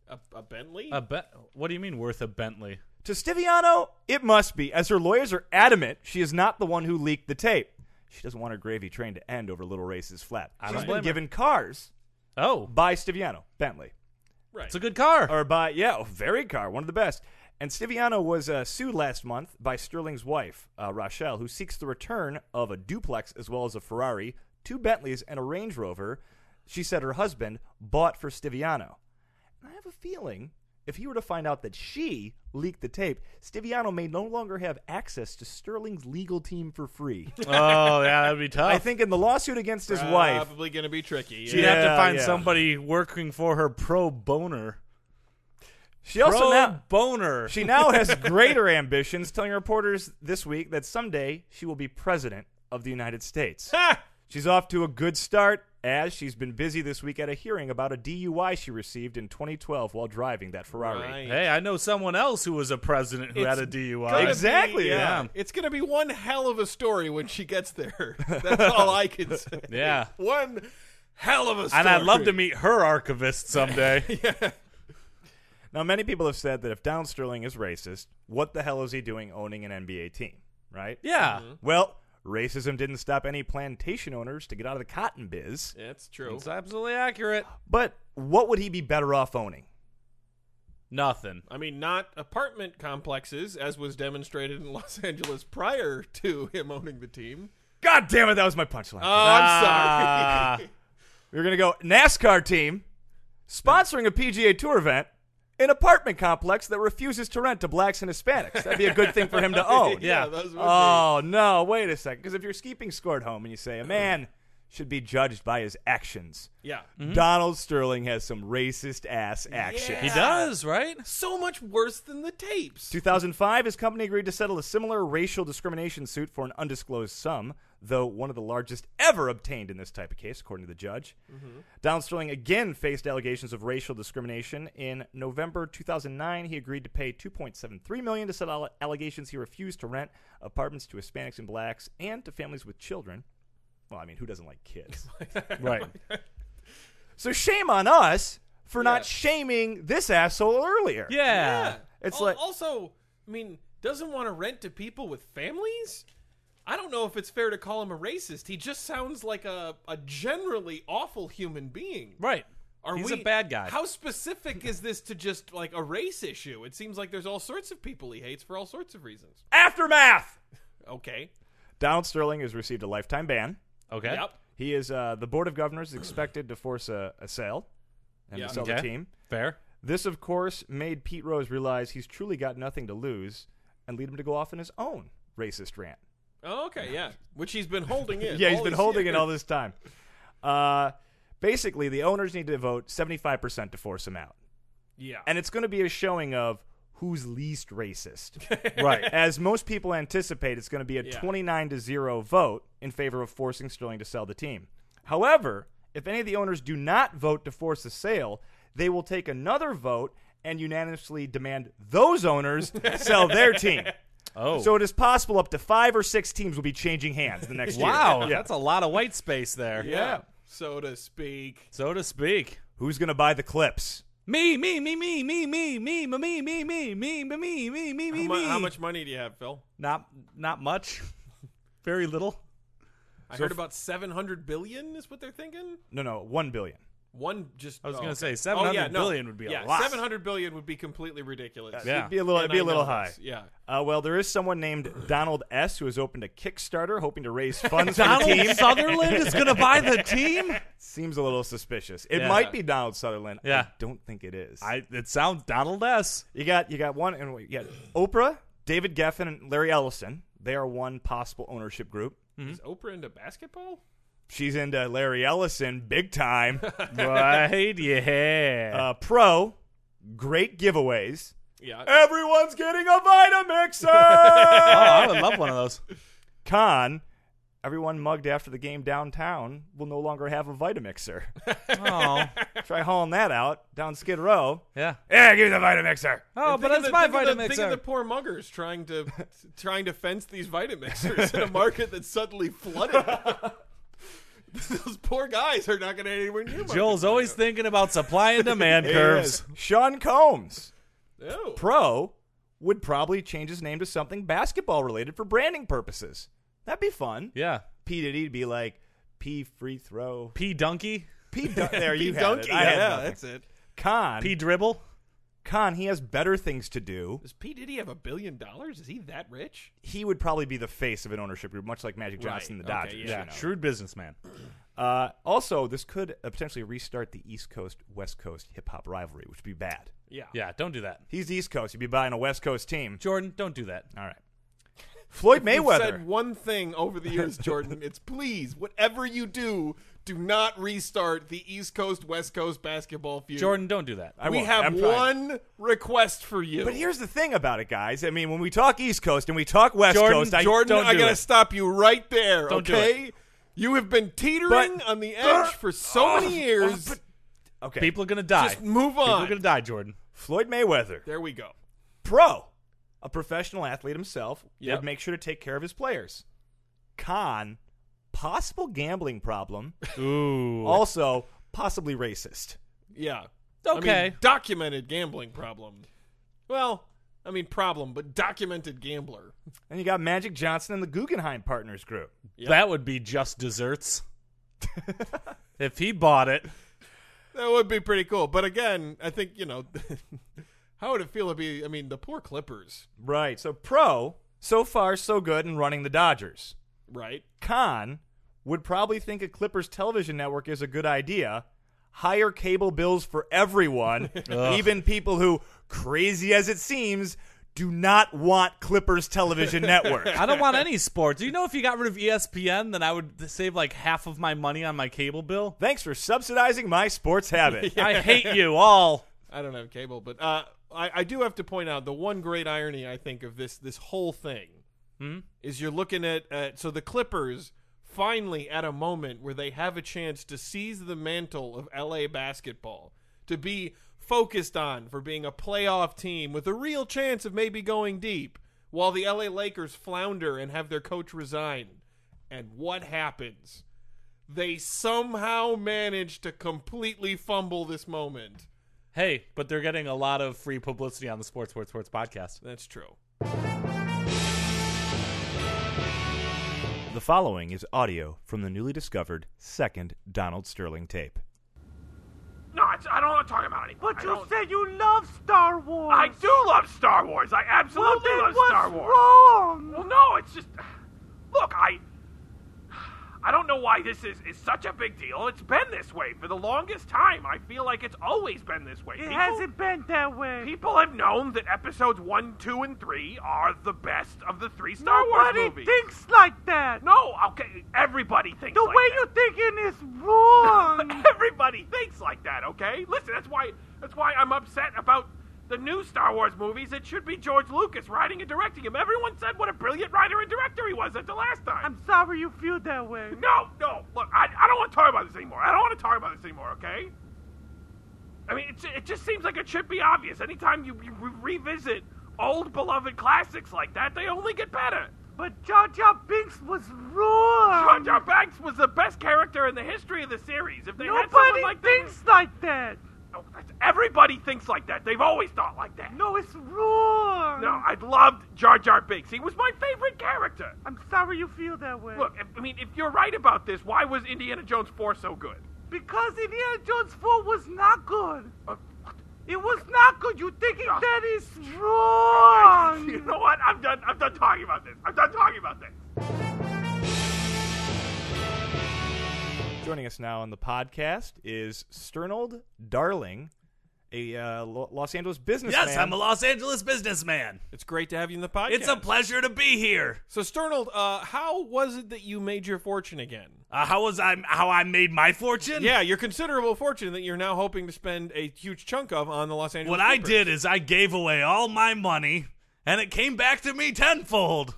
[SPEAKER 1] A, a Bentley?
[SPEAKER 2] A Be- what do you mean worth a Bentley?
[SPEAKER 3] To Stiviano, it must be, as her lawyers are adamant she is not the one who leaked the tape. She doesn't want her gravy train to end over Little Race's flat.
[SPEAKER 2] I
[SPEAKER 3] She's
[SPEAKER 2] don't blame
[SPEAKER 3] been
[SPEAKER 2] her.
[SPEAKER 3] given cars
[SPEAKER 2] Oh,
[SPEAKER 3] by Stiviano, Bentley.
[SPEAKER 1] right.
[SPEAKER 2] it's a good car.
[SPEAKER 3] Or by, yeah, oh, very car, one of the best. And Stiviano was uh, sued last month by Sterling's wife, uh, Rochelle, who seeks the return of a duplex as well as a Ferrari, two Bentleys, and a Range Rover she said her husband bought for Stiviano. And I have a feeling if he were to find out that she leaked the tape, Stiviano may no longer have access to Sterling's legal team for free.
[SPEAKER 2] oh, yeah, that'd be tough.
[SPEAKER 3] I think in the lawsuit against his wife,
[SPEAKER 1] Probably going to be tricky.
[SPEAKER 2] she'd
[SPEAKER 1] yeah.
[SPEAKER 2] have to
[SPEAKER 3] Yeah,
[SPEAKER 2] find
[SPEAKER 3] yeah.
[SPEAKER 2] somebody working for her pro boner.
[SPEAKER 3] she also
[SPEAKER 2] pro
[SPEAKER 3] now.
[SPEAKER 2] boner.
[SPEAKER 3] She now has greater ambitions, telling reporters this week that someday she will be president of the United States.
[SPEAKER 1] Ha!
[SPEAKER 3] She's off to a good start as she's been busy this week at a hearing about a DUI she received in 2012 while driving that Ferrari.
[SPEAKER 1] Right.
[SPEAKER 2] hey, I know someone else who was a president who had a DUI.
[SPEAKER 1] gonna
[SPEAKER 3] Exactly,
[SPEAKER 1] be-
[SPEAKER 2] yeah.
[SPEAKER 1] It's going to be one hell of a story when she gets there. That's all I can say.
[SPEAKER 2] Yeah.
[SPEAKER 1] One hell of a story.
[SPEAKER 2] And I'd love to meet her archivist someday.
[SPEAKER 3] Now, many people have said that if Donald Sterling is racist, what the hell is he doing owning an NBA team, right?
[SPEAKER 2] yeah.
[SPEAKER 3] Well, racism didn't stop any plantation owners to get out of the cotton biz,
[SPEAKER 1] That's true.
[SPEAKER 2] It's absolutely accurate.
[SPEAKER 3] but what would he be better off owning?
[SPEAKER 2] Nothing.
[SPEAKER 1] I mean, not apartment complexes, as was demonstrated in Los Angeles prior to him owning the team.
[SPEAKER 3] God damn it, that was my punchline.
[SPEAKER 1] Oh,
[SPEAKER 2] Ah.
[SPEAKER 1] I'm sorry.
[SPEAKER 3] We're going to go NASCAR team sponsoring a PGA Tour event, an apartment complex that refuses to rent to blacks and Hispanics. That'd be a good thing for him to own.
[SPEAKER 2] Yeah.
[SPEAKER 1] those would
[SPEAKER 3] Oh, no, wait a second. Because if you're keeping score at home and you say a man should be judged by his actions,
[SPEAKER 1] be. Yeah.
[SPEAKER 3] Donald Sterling has some racist ass action.
[SPEAKER 2] He does, right?
[SPEAKER 1] So much worse than the tapes.
[SPEAKER 3] 2005, his company agreed to settle a similar racial discrimination suit for an undisclosed sum, though one of the largest ever obtained in this type of case, according to the judge. Donald Sterling again faced allegations of racial discrimination. In November 2009, he agreed to pay 2.73 million to settle allegations he refused to rent apartments to Hispanics and blacks and to families with children. Well, I mean, who doesn't like kids?
[SPEAKER 2] Right.
[SPEAKER 3] So shame on us for
[SPEAKER 1] Yeah.
[SPEAKER 3] not shaming this asshole earlier.
[SPEAKER 2] Yeah.
[SPEAKER 3] It's
[SPEAKER 1] Al-
[SPEAKER 3] like-
[SPEAKER 1] also, I mean, doesn't want to rent to people with families. I don't know if it's fair to call him a racist. He just sounds like a, a generally awful human being.
[SPEAKER 2] Right.
[SPEAKER 1] Are
[SPEAKER 2] He's
[SPEAKER 1] we,
[SPEAKER 2] a bad guy.
[SPEAKER 1] How specific is this to just like a race issue? It seems like there's all sorts of people he hates for all sorts of reasons.
[SPEAKER 3] Aftermath.
[SPEAKER 1] Okay.
[SPEAKER 3] Donald Sterling has received a lifetime ban.
[SPEAKER 2] okay.
[SPEAKER 1] Yep.
[SPEAKER 3] He is uh, the board of governors is expected to force a, a sale and
[SPEAKER 1] Yeah.
[SPEAKER 3] to sell
[SPEAKER 2] Okay.
[SPEAKER 3] the team.
[SPEAKER 2] Fair.
[SPEAKER 3] This, of course, made Pete Rose realize he's truly got nothing to lose and lead him to go off on his own racist rant.
[SPEAKER 1] Oh, okay. Yeah. Which he's been holding in.
[SPEAKER 3] yeah, he's
[SPEAKER 1] all
[SPEAKER 3] been
[SPEAKER 1] these
[SPEAKER 3] holding it
[SPEAKER 1] years.
[SPEAKER 3] all this time. Uh, basically, the owners need to vote 75% to force him out.
[SPEAKER 1] Yeah.
[SPEAKER 3] And it's going to be a showing of who's least racist.
[SPEAKER 2] Right.
[SPEAKER 3] As most people anticipate, it's going to be a
[SPEAKER 1] Yeah.
[SPEAKER 3] 29 to 0 vote in favor of forcing Sterling to sell the team. However, if any of the owners do not vote to force the sale, they will take another vote and unanimously demand those owners sell their team.
[SPEAKER 2] Oh.
[SPEAKER 3] So it is possible up to five or six teams will be changing hands the next year.
[SPEAKER 2] wow.
[SPEAKER 3] Yeah.
[SPEAKER 2] That's a lot of white space there.
[SPEAKER 1] yeah. So to speak.
[SPEAKER 2] So to speak.
[SPEAKER 3] Who's going to buy the clips?
[SPEAKER 2] Me, me, me, me, me, me, me, me, me, me, me, me, me, me, me, me,
[SPEAKER 1] How,
[SPEAKER 2] me,
[SPEAKER 1] mu-
[SPEAKER 2] me.
[SPEAKER 1] how much money do you have, Phil?
[SPEAKER 2] Not, not much. Very little.
[SPEAKER 1] I heard about seven hundred billion is what they're thinking.
[SPEAKER 3] No, no, 1 billion.
[SPEAKER 1] One just. I
[SPEAKER 2] was gonna
[SPEAKER 1] okay. Oh,
[SPEAKER 2] say, 700
[SPEAKER 1] yeah, no.
[SPEAKER 2] billion would be a
[SPEAKER 1] yeah,
[SPEAKER 2] lot.
[SPEAKER 1] Seven hundred billion would be completely ridiculous.
[SPEAKER 2] Yeah.
[SPEAKER 3] It'd be a little, it'd
[SPEAKER 1] And
[SPEAKER 3] be a
[SPEAKER 1] I
[SPEAKER 3] little
[SPEAKER 1] know
[SPEAKER 3] high.
[SPEAKER 1] this. Yeah.
[SPEAKER 3] Uh, well, there is someone named Donald S. who has opened a Kickstarter hoping to raise funds for the team.
[SPEAKER 2] Donald Sutherland is going to buy the team?
[SPEAKER 3] Seems a little suspicious. It
[SPEAKER 2] Yeah.
[SPEAKER 3] might be Donald Sutherland.
[SPEAKER 2] Yeah.
[SPEAKER 3] I don't think it is.
[SPEAKER 2] I. It sounds Donald S.
[SPEAKER 3] you got you got one and you got Oprah, David Geffen, and Larry Ellison. They are one possible ownership group.
[SPEAKER 2] Mm-hmm.
[SPEAKER 1] Is Oprah into basketball?
[SPEAKER 3] She's into Larry Ellison big time.
[SPEAKER 2] Right. Yeah.
[SPEAKER 3] uh, pro, great giveaways.
[SPEAKER 1] Yeah.
[SPEAKER 3] Everyone's getting a Vitamixer.
[SPEAKER 2] oh, I would love one of those.
[SPEAKER 3] Con, everyone mugged after the game downtown will no longer have a Vitamixer.
[SPEAKER 2] Oh.
[SPEAKER 3] Try hauling that out down Skid Row.
[SPEAKER 2] Yeah.
[SPEAKER 3] Yeah, give me the Vitamixer.
[SPEAKER 2] Oh,
[SPEAKER 1] Think of
[SPEAKER 2] but that's
[SPEAKER 1] the-
[SPEAKER 2] my
[SPEAKER 1] think of the-
[SPEAKER 2] Vitamixer.
[SPEAKER 1] Think of the poor muggers trying to trying to fence these Vitamixers in a market that's suddenly flooded. Those poor guys are not going to anywhere near. Market
[SPEAKER 2] Joel's always
[SPEAKER 1] Tomato.
[SPEAKER 2] thinking about supply and demand curves.
[SPEAKER 3] Sean Combs,
[SPEAKER 1] No.
[SPEAKER 3] pro, would probably change his name to something basketball related for branding purposes. That'd be fun.
[SPEAKER 2] Yeah.
[SPEAKER 3] P Diddy'd be like P free throw.
[SPEAKER 2] P donkey.
[SPEAKER 3] P dun- there you
[SPEAKER 1] P.
[SPEAKER 3] have
[SPEAKER 1] Donkey.
[SPEAKER 3] it. I had
[SPEAKER 1] yeah,
[SPEAKER 3] nothing.
[SPEAKER 1] that's it.
[SPEAKER 3] Con
[SPEAKER 2] P dribble.
[SPEAKER 3] Con he has better things to do.
[SPEAKER 1] Does P Diddy have a billion dollars? Is he that rich?
[SPEAKER 3] He would probably be the face of an ownership group, much like Magic Johnson and the
[SPEAKER 1] Okay,
[SPEAKER 3] Dodgers.
[SPEAKER 1] yeah.
[SPEAKER 3] you know.
[SPEAKER 2] Shrewd businessman.
[SPEAKER 3] Uh, also, this could uh, potentially restart the East Coast West Coast hip hop rivalry, which would be bad.
[SPEAKER 1] Yeah.
[SPEAKER 2] Yeah. Don't do that.
[SPEAKER 3] He's East Coast. You'd be buying a West Coast team.
[SPEAKER 2] Jordan, don't do that.
[SPEAKER 3] All right. Floyd
[SPEAKER 1] You've
[SPEAKER 3] Mayweather.
[SPEAKER 1] said one thing over the years, Jordan. it's please, whatever you do, do not restart the East Coast West Coast basketball feud.
[SPEAKER 2] Jordan, don't do that.
[SPEAKER 3] I
[SPEAKER 1] we
[SPEAKER 3] won't.
[SPEAKER 1] have
[SPEAKER 3] I'm trying.
[SPEAKER 1] one request for you.
[SPEAKER 3] But here's the thing about it, guys. I mean, when we talk East Coast and we talk West
[SPEAKER 2] Jordan,
[SPEAKER 3] Coast, I
[SPEAKER 1] Jordan,
[SPEAKER 3] don't
[SPEAKER 1] I
[SPEAKER 3] do
[SPEAKER 1] gotta
[SPEAKER 3] it.
[SPEAKER 1] stop you right there.
[SPEAKER 2] Don't do
[SPEAKER 1] okay, you have been teetering
[SPEAKER 3] But-
[SPEAKER 1] on the edge for so many years.
[SPEAKER 3] okay.
[SPEAKER 2] People are going to die.
[SPEAKER 1] Just move
[SPEAKER 2] People are
[SPEAKER 1] on.
[SPEAKER 2] going to die, Jordan.
[SPEAKER 3] Floyd Mayweather,
[SPEAKER 1] There we go.
[SPEAKER 3] pro, a professional athlete himself,
[SPEAKER 1] Yep.
[SPEAKER 3] would make sure to take care of his players. Con, possible gambling problem,
[SPEAKER 2] Ooh.
[SPEAKER 3] also possibly racist.
[SPEAKER 1] Yeah. I
[SPEAKER 2] Okay.
[SPEAKER 1] mean, documented gambling problem. Well, I mean problem, but documented gambler.
[SPEAKER 3] And you got Magic Johnson and the Guggenheim Partners group.
[SPEAKER 1] Yeah.
[SPEAKER 2] That would be just desserts. if he bought it,
[SPEAKER 1] That would be pretty cool. But again, I think you know. How would it feel to be? I mean, the poor Clippers,
[SPEAKER 3] Right. So pro, so far so good in running the Dodgers.
[SPEAKER 1] right?
[SPEAKER 3] Khan would probably think a Clippers television network is a good idea. Higher cable bills for everyone, even people who, crazy as it seems, do not want Clippers television network.
[SPEAKER 2] I don't want any sports. Do you know if you got rid of E ESPN, then I would save like half of my money on my cable bill?
[SPEAKER 3] Thanks for subsidizing my sports habit.
[SPEAKER 2] I hate you all.
[SPEAKER 1] I don't have cable, but uh, I, I do have to point out the one great irony I think of this this whole thing is you're looking at uh, so the Clippers finally at a moment where they have a chance to seize the mantle of LA basketball to be focused on for being a playoff team with a real chance of maybe going deep while the LA Lakers flounder and have their coach resign. And what happens? they somehow managed to completely fumble this moment.
[SPEAKER 2] Hey, but they're getting a lot of free publicity on the Sports Sports Sports podcast.
[SPEAKER 1] That's true.
[SPEAKER 3] The following is audio from the newly discovered second Donald Sterling tape.
[SPEAKER 4] No, it's, I don't want to talk about it.
[SPEAKER 5] But
[SPEAKER 4] I
[SPEAKER 5] you
[SPEAKER 4] don't-
[SPEAKER 5] said you love Star Wars.
[SPEAKER 4] I do love Star Wars. I
[SPEAKER 5] Well,
[SPEAKER 4] absolutely
[SPEAKER 5] then
[SPEAKER 4] love
[SPEAKER 5] what's
[SPEAKER 4] Star Wars.
[SPEAKER 5] wrong?
[SPEAKER 4] Well, no, it's just look, I I don't know why this is is such a big deal. It's been this way for the longest time. I feel like it's always been this way.
[SPEAKER 5] It
[SPEAKER 4] People-
[SPEAKER 5] hasn't been that way.
[SPEAKER 4] People have known that episodes one, two, and three are the best of the three Star
[SPEAKER 5] Nobody
[SPEAKER 4] Wars movies.
[SPEAKER 5] thinks like that.
[SPEAKER 4] no, okay, everybody thinks
[SPEAKER 5] the
[SPEAKER 4] like
[SPEAKER 5] way
[SPEAKER 4] that.
[SPEAKER 5] you're thinking is wrong.
[SPEAKER 4] Everybody thinks like that, okay? Listen, that's why that's why I'm upset about the new Star Wars movies. It should be George Lucas writing and directing him. Everyone said what a brilliant writer and director he was at the last time.
[SPEAKER 5] I'm sorry you feel that way.
[SPEAKER 4] No, no. Look, I, I don't want to talk about this anymore. I don't want to talk about this anymore, okay? I mean, it's, it just seems like it should be obvious. Anytime you, you re- revisit old beloved classics like that, they only get better.
[SPEAKER 5] But Jar Jar Binks was wrong.
[SPEAKER 4] Jar Jar Banks was the best character in the history of the series. If they had someone
[SPEAKER 5] Nobody
[SPEAKER 4] like that-
[SPEAKER 5] thinks like that.
[SPEAKER 4] Oh, that's- everybody thinks like that. They've always thought like that.
[SPEAKER 5] No, it's wrong.
[SPEAKER 4] No, I loved Jar Jar Binks. He was my favorite character.
[SPEAKER 5] I'm sorry you feel that way.
[SPEAKER 4] Look, if, I mean, if you're right about this, why was Indiana Jones 4 so good?
[SPEAKER 5] Because Indiana Jones 4 was not good.
[SPEAKER 4] Uh, what?
[SPEAKER 5] It was not good. You thinking
[SPEAKER 4] Uh,
[SPEAKER 5] that is wrong.
[SPEAKER 4] you know what? I'm done. I'm done talking about this. I'm done talking about this.
[SPEAKER 3] Joining us now on the podcast is Sternold Darling, a uh, Lo- Los Angeles businessman.
[SPEAKER 2] Yes, I'm a Los Angeles businessman.
[SPEAKER 1] It's great to have you in the podcast.
[SPEAKER 2] It's a pleasure to be here.
[SPEAKER 1] So Sternold, uh, how was it that you made your fortune again?
[SPEAKER 2] Uh, how was I? How I made my fortune?
[SPEAKER 1] Yeah, your considerable fortune that you're now hoping to spend a huge chunk of on the Los Angeles.
[SPEAKER 2] What I
[SPEAKER 1] Clippers.
[SPEAKER 2] did is I gave away all my money, and it came back to me tenfold.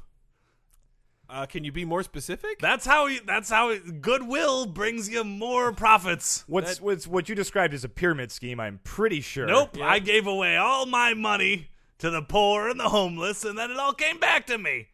[SPEAKER 1] Uh, can you be more specific?
[SPEAKER 2] That's how. You, that's how it- goodwill brings you more profits.
[SPEAKER 3] What's, what's what you described as a pyramid scheme? I'm pretty sure.
[SPEAKER 2] Nope. I gave away all my money to the poor and the homeless, and then it all came back to me.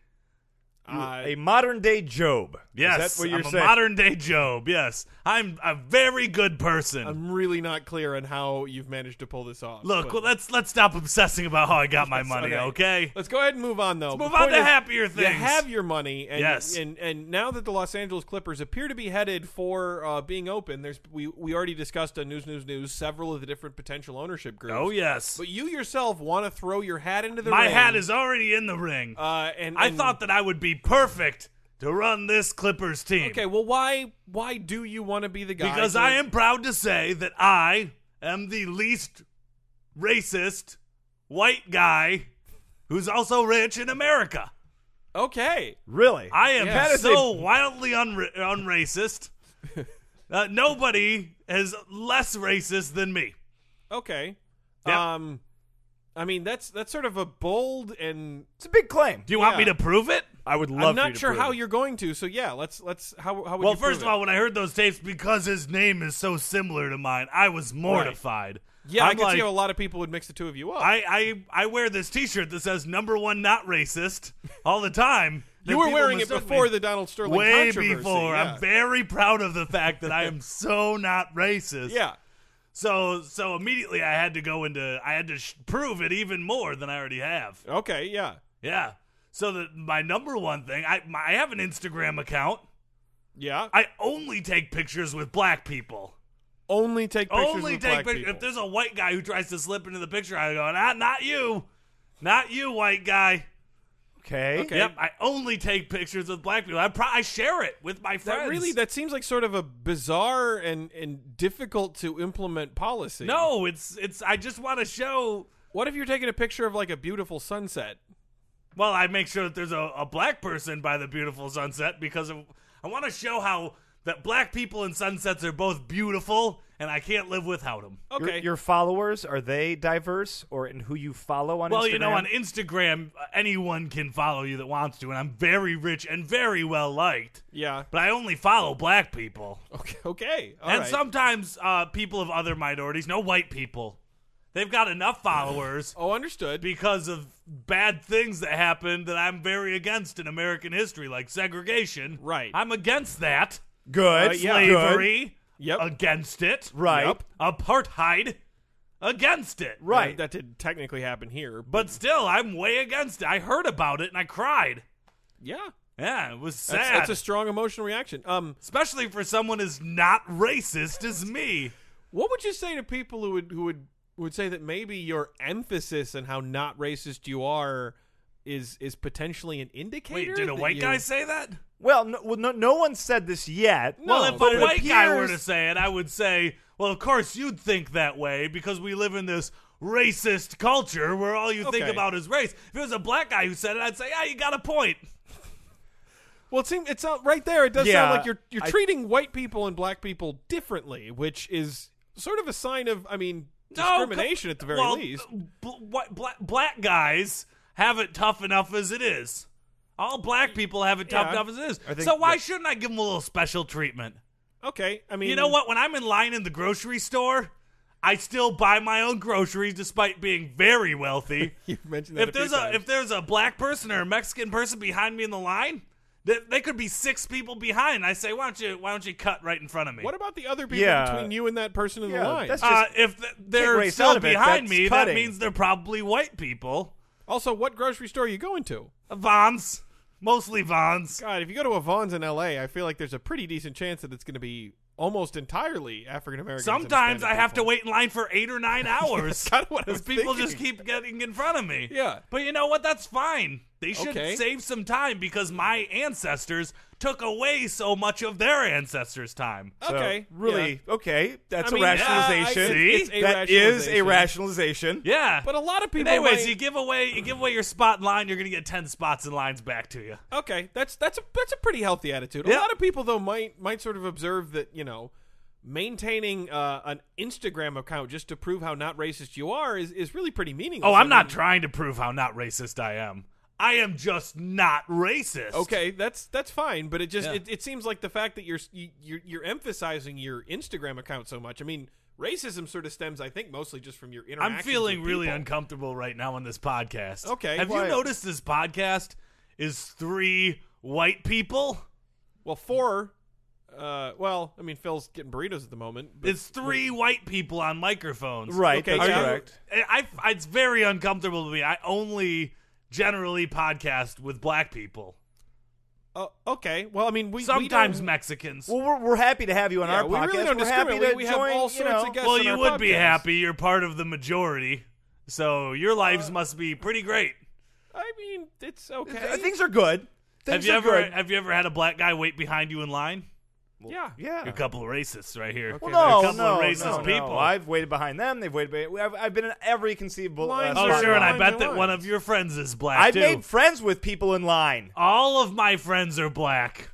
[SPEAKER 1] Uh,
[SPEAKER 3] a modern day Job.
[SPEAKER 2] Yes,
[SPEAKER 3] is that what you're
[SPEAKER 2] I'm
[SPEAKER 3] saying?
[SPEAKER 2] a modern day Job. Yes, I'm a very good person.
[SPEAKER 1] I'm really not clear on how you've managed to pull this off.
[SPEAKER 2] Look,
[SPEAKER 1] but-
[SPEAKER 2] well, let's let's stop obsessing about how I got my money, okay?
[SPEAKER 1] Let's go ahead and move on, though. Let's
[SPEAKER 2] move on to happier
[SPEAKER 1] You
[SPEAKER 2] things.
[SPEAKER 1] have your money, and,
[SPEAKER 2] Yes.
[SPEAKER 1] and and now that the Los Angeles Clippers appear to be headed for uh, being open, there's we we already discussed on News News News several of the different potential ownership groups.
[SPEAKER 2] oh yes,
[SPEAKER 1] But you yourself want to throw your hat into the
[SPEAKER 2] my
[SPEAKER 1] ring,
[SPEAKER 2] hat is already in the ring.
[SPEAKER 1] Uh, and,
[SPEAKER 2] I
[SPEAKER 1] and-
[SPEAKER 2] thought that I would be perfect to run this Clippers team
[SPEAKER 1] Okay, well, why why do you want to be the guy?
[SPEAKER 2] because
[SPEAKER 1] who-
[SPEAKER 2] I am proud to say that I am the least racist white guy who's also rich in America.
[SPEAKER 1] okay.
[SPEAKER 3] Really?
[SPEAKER 2] I am
[SPEAKER 1] Yeah. That is
[SPEAKER 2] so wildly unra- unracist. uh, nobody is less racist than me.
[SPEAKER 1] Okay.
[SPEAKER 2] Yeah.
[SPEAKER 1] Um I mean that's that's sort of a bold and
[SPEAKER 3] it's a big claim.
[SPEAKER 2] Do you want me
[SPEAKER 1] Yeah.
[SPEAKER 2] to prove it?
[SPEAKER 3] I would love.
[SPEAKER 1] I'm
[SPEAKER 3] for
[SPEAKER 1] not
[SPEAKER 3] you to
[SPEAKER 1] sure
[SPEAKER 3] prove
[SPEAKER 1] how
[SPEAKER 3] it.
[SPEAKER 1] you're going to. So yeah, let's let's how how would
[SPEAKER 2] Well,
[SPEAKER 1] you
[SPEAKER 2] first
[SPEAKER 1] prove
[SPEAKER 2] of
[SPEAKER 1] it?
[SPEAKER 2] all, when I heard those tapes, because his name is so similar to mine, I was mortified.
[SPEAKER 1] yeah, i
[SPEAKER 2] I'm
[SPEAKER 1] can see
[SPEAKER 2] like,
[SPEAKER 1] how a lot of people would mix the two of you up.
[SPEAKER 2] I, I I wear this T-shirt that says "Number One Not Racist" all the time.
[SPEAKER 1] you
[SPEAKER 2] that
[SPEAKER 1] were
[SPEAKER 2] people
[SPEAKER 1] wearing it
[SPEAKER 2] mistook
[SPEAKER 1] before
[SPEAKER 2] me.
[SPEAKER 1] the Donald Sterling
[SPEAKER 2] way
[SPEAKER 1] controversy.
[SPEAKER 2] before.
[SPEAKER 1] Yeah.
[SPEAKER 2] I'm very proud of the fact that I am so not racist.
[SPEAKER 1] yeah.
[SPEAKER 2] So so immediately I had to go into I had to sh- prove it even more than I already have.
[SPEAKER 1] Okay. Yeah.
[SPEAKER 2] Yeah. So that my number one thing I my, I have an Instagram account.
[SPEAKER 1] Yeah.
[SPEAKER 2] I only take pictures with black people.
[SPEAKER 1] only take pictures
[SPEAKER 2] only
[SPEAKER 1] with
[SPEAKER 2] take
[SPEAKER 1] black
[SPEAKER 2] pictures.
[SPEAKER 1] people.
[SPEAKER 2] If there's a white guy who tries to slip into the picture, I go not not you, not you white guy.
[SPEAKER 3] Okay.
[SPEAKER 1] Okay.
[SPEAKER 2] Yep. I only take pictures with black people. I pro- I share it with my friends.
[SPEAKER 1] that really that seems like sort of a bizarre and and difficult to implement policy.
[SPEAKER 2] no. It's it's. I just want to show.
[SPEAKER 1] What if you're taking a picture of like a beautiful sunset?
[SPEAKER 2] Well, I make sure that there's a, a black person by the beautiful sunset because of, I want to show how that black people and sunsets are both beautiful, and I can't live without them.
[SPEAKER 1] Okay.
[SPEAKER 3] Your, your followers are they diverse or in who you follow on?
[SPEAKER 2] Well,
[SPEAKER 3] Instagram?
[SPEAKER 2] you know, on Instagram, uh, anyone can follow you that wants to, and I'm very rich and very well liked.
[SPEAKER 1] yeah.
[SPEAKER 2] But I only follow black people,
[SPEAKER 1] Okay. Okay. all
[SPEAKER 2] and
[SPEAKER 1] right.
[SPEAKER 2] sometimes uh, people of other minorities, no white people. They've got enough followers
[SPEAKER 1] Oh, understood.
[SPEAKER 2] because of bad things that happened that I'm very against in American history, like segregation.
[SPEAKER 1] Right.
[SPEAKER 2] I'm against that.
[SPEAKER 3] Good.
[SPEAKER 1] Uh, yeah.
[SPEAKER 2] Slavery
[SPEAKER 1] Yep.
[SPEAKER 2] against it.
[SPEAKER 3] Right.
[SPEAKER 1] Yep.
[SPEAKER 2] Apartheid against it.
[SPEAKER 3] Right.
[SPEAKER 1] That didn't technically happen here. But
[SPEAKER 2] But still, I'm way against it. I heard about it and I cried.
[SPEAKER 1] yeah.
[SPEAKER 2] Yeah, it was
[SPEAKER 1] That's,
[SPEAKER 2] sad.
[SPEAKER 1] that's a strong emotional reaction. Um,
[SPEAKER 2] Especially for someone as not racist as me.
[SPEAKER 1] what would you say to people who would who would would say that maybe your emphasis and how not racist you are is is potentially an indicator?
[SPEAKER 2] Wait, did a
[SPEAKER 1] that
[SPEAKER 2] white
[SPEAKER 1] you-
[SPEAKER 2] guy say that?
[SPEAKER 3] Well, no, well, no, no one said this yet.
[SPEAKER 1] No,
[SPEAKER 2] well, if
[SPEAKER 1] but
[SPEAKER 2] a
[SPEAKER 1] it
[SPEAKER 2] white guy were to
[SPEAKER 3] appears-
[SPEAKER 2] say it, I would say, well, of course you'd think that way because we live in this racist culture where all you think
[SPEAKER 1] Okay.
[SPEAKER 2] about is race. If it was a black guy who said it, I'd say, yeah, you got a point.
[SPEAKER 1] Well, it seems it's out right there. It does
[SPEAKER 3] Yeah,
[SPEAKER 1] sound like you're you're
[SPEAKER 3] I-
[SPEAKER 1] treating white people and black people differently, which is sort of a sign of, I mean,
[SPEAKER 2] No, co-
[SPEAKER 1] discrimination at the very
[SPEAKER 2] well,
[SPEAKER 1] least.
[SPEAKER 2] bl- wh- bla- black guys have it tough enough as it is. All black people have it tough
[SPEAKER 1] Yeah.
[SPEAKER 2] enough as it is.
[SPEAKER 3] I think
[SPEAKER 2] so why
[SPEAKER 3] that-
[SPEAKER 2] shouldn't I give them a little special treatment?
[SPEAKER 1] Okay, I mean,
[SPEAKER 2] You know what? When I'm in line in the grocery store, I still buy my own groceries despite being very wealthy.
[SPEAKER 1] You mentioned that
[SPEAKER 2] if there's
[SPEAKER 1] few
[SPEAKER 2] a
[SPEAKER 1] times.
[SPEAKER 2] if there's a black person or a Mexican person behind me in the line, they, they could be six people behind. I say, why don't you why don't you cut right in front of me?
[SPEAKER 1] What about the other people
[SPEAKER 3] Yeah.
[SPEAKER 1] between you and that person in the
[SPEAKER 3] Yeah,
[SPEAKER 1] line?
[SPEAKER 3] that's-
[SPEAKER 2] uh,
[SPEAKER 3] Just
[SPEAKER 2] if th- they're
[SPEAKER 3] race out
[SPEAKER 2] still
[SPEAKER 3] of it,
[SPEAKER 2] behind
[SPEAKER 3] that's
[SPEAKER 2] me, that
[SPEAKER 3] cutting.
[SPEAKER 2] means they're probably white people.
[SPEAKER 1] also, what grocery store are you going to?
[SPEAKER 2] Vons, mostly Vons.
[SPEAKER 1] God, if you go to a Vaughn's in L.A., I feel like there's a pretty decent chance that it's going to be almost entirely African American.
[SPEAKER 2] Sometimes I have to wait in line for eight or nine hours.
[SPEAKER 1] kinda what I
[SPEAKER 2] because
[SPEAKER 1] was
[SPEAKER 2] people just
[SPEAKER 1] thinking.
[SPEAKER 2] keep getting in front of me.
[SPEAKER 1] Yeah.
[SPEAKER 2] But you know what? That's fine. They should
[SPEAKER 1] Okay.
[SPEAKER 2] save some time because my ancestors took away so much of their ancestors' time.
[SPEAKER 3] So,
[SPEAKER 1] Okay,
[SPEAKER 3] really? Okay, that's
[SPEAKER 1] I mean,
[SPEAKER 3] a
[SPEAKER 1] yeah, I-
[SPEAKER 3] rationalization.
[SPEAKER 1] it's- it's a
[SPEAKER 3] That is a
[SPEAKER 1] rationalization.
[SPEAKER 3] rationalization.
[SPEAKER 2] Yeah.
[SPEAKER 1] But a lot of
[SPEAKER 2] And
[SPEAKER 1] people.
[SPEAKER 2] anyways,
[SPEAKER 1] might-
[SPEAKER 2] you give away you give away your spot in line, you're gonna get ten spots and lines back to you.
[SPEAKER 1] Okay, that's that's a that's a pretty healthy attitude. A
[SPEAKER 2] Yeah.
[SPEAKER 1] lot of people though might might sort of observe that you know maintaining uh, an Instagram account just to prove how not racist you are is, is really pretty meaningless.
[SPEAKER 2] Oh,
[SPEAKER 1] I
[SPEAKER 2] I'm not
[SPEAKER 1] mean,
[SPEAKER 2] trying to prove how not racist I am. I am just not racist.
[SPEAKER 1] Okay, that's that's fine, but it just
[SPEAKER 2] Yeah.
[SPEAKER 1] it, it seems like the fact that you're you, you're you're emphasizing your Instagram account so much. I mean, racism sort of stems, I think, mostly just from your interaction.
[SPEAKER 2] I'm feeling really uncomfortable right now on this podcast.
[SPEAKER 1] Okay,
[SPEAKER 2] Have
[SPEAKER 1] why-
[SPEAKER 2] you noticed this podcast is three white people?
[SPEAKER 1] Well, four. Uh, well, I mean, Phil's getting burritos at the moment. but-
[SPEAKER 2] It's three white people on microphones.
[SPEAKER 3] Right,
[SPEAKER 1] Okay,
[SPEAKER 3] that's
[SPEAKER 1] yeah.
[SPEAKER 3] correct.
[SPEAKER 2] I, I- it's very uncomfortable to me. I only generally podcast with black people.
[SPEAKER 1] oh, okay. Well, I mean, we we don't-
[SPEAKER 2] Sometimes Mexicans.
[SPEAKER 3] Well, we're, we're happy to have you on
[SPEAKER 1] Yeah,
[SPEAKER 3] our
[SPEAKER 1] we
[SPEAKER 3] podcast.
[SPEAKER 1] really don't
[SPEAKER 3] are happy
[SPEAKER 1] discriminate.
[SPEAKER 3] to
[SPEAKER 1] We have
[SPEAKER 3] join,
[SPEAKER 1] all
[SPEAKER 3] you
[SPEAKER 1] sorts
[SPEAKER 3] know,
[SPEAKER 1] of guests.
[SPEAKER 2] Well,
[SPEAKER 1] on
[SPEAKER 2] you
[SPEAKER 1] our
[SPEAKER 2] would be
[SPEAKER 1] podcast.
[SPEAKER 2] happy. You're part of the majority. So your lives must be pretty great.
[SPEAKER 1] I mean, it's okay.
[SPEAKER 3] Uh, Things are good.
[SPEAKER 2] Have
[SPEAKER 3] Things
[SPEAKER 2] you
[SPEAKER 3] are
[SPEAKER 2] ever
[SPEAKER 3] good.
[SPEAKER 2] have you ever had a black guy wait behind you in line?
[SPEAKER 1] yeah.
[SPEAKER 2] You're
[SPEAKER 3] Yeah.
[SPEAKER 2] a couple of racists right here.
[SPEAKER 1] Okay,
[SPEAKER 3] Well,
[SPEAKER 2] You're
[SPEAKER 3] no,
[SPEAKER 2] a couple of
[SPEAKER 3] no,
[SPEAKER 2] racist
[SPEAKER 3] no, no.
[SPEAKER 2] people.
[SPEAKER 3] I've waited behind them. They've waited. Behind, I've, I've been in every conceivable. Uh,
[SPEAKER 1] Lines
[SPEAKER 2] oh,
[SPEAKER 1] Sorry.
[SPEAKER 2] sure, and I
[SPEAKER 1] Lines
[SPEAKER 2] bet
[SPEAKER 1] and
[SPEAKER 2] that one
[SPEAKER 1] lines.
[SPEAKER 2] of your friends is black
[SPEAKER 3] I
[SPEAKER 2] too.
[SPEAKER 3] made friends with people in line.
[SPEAKER 2] All of my friends are black.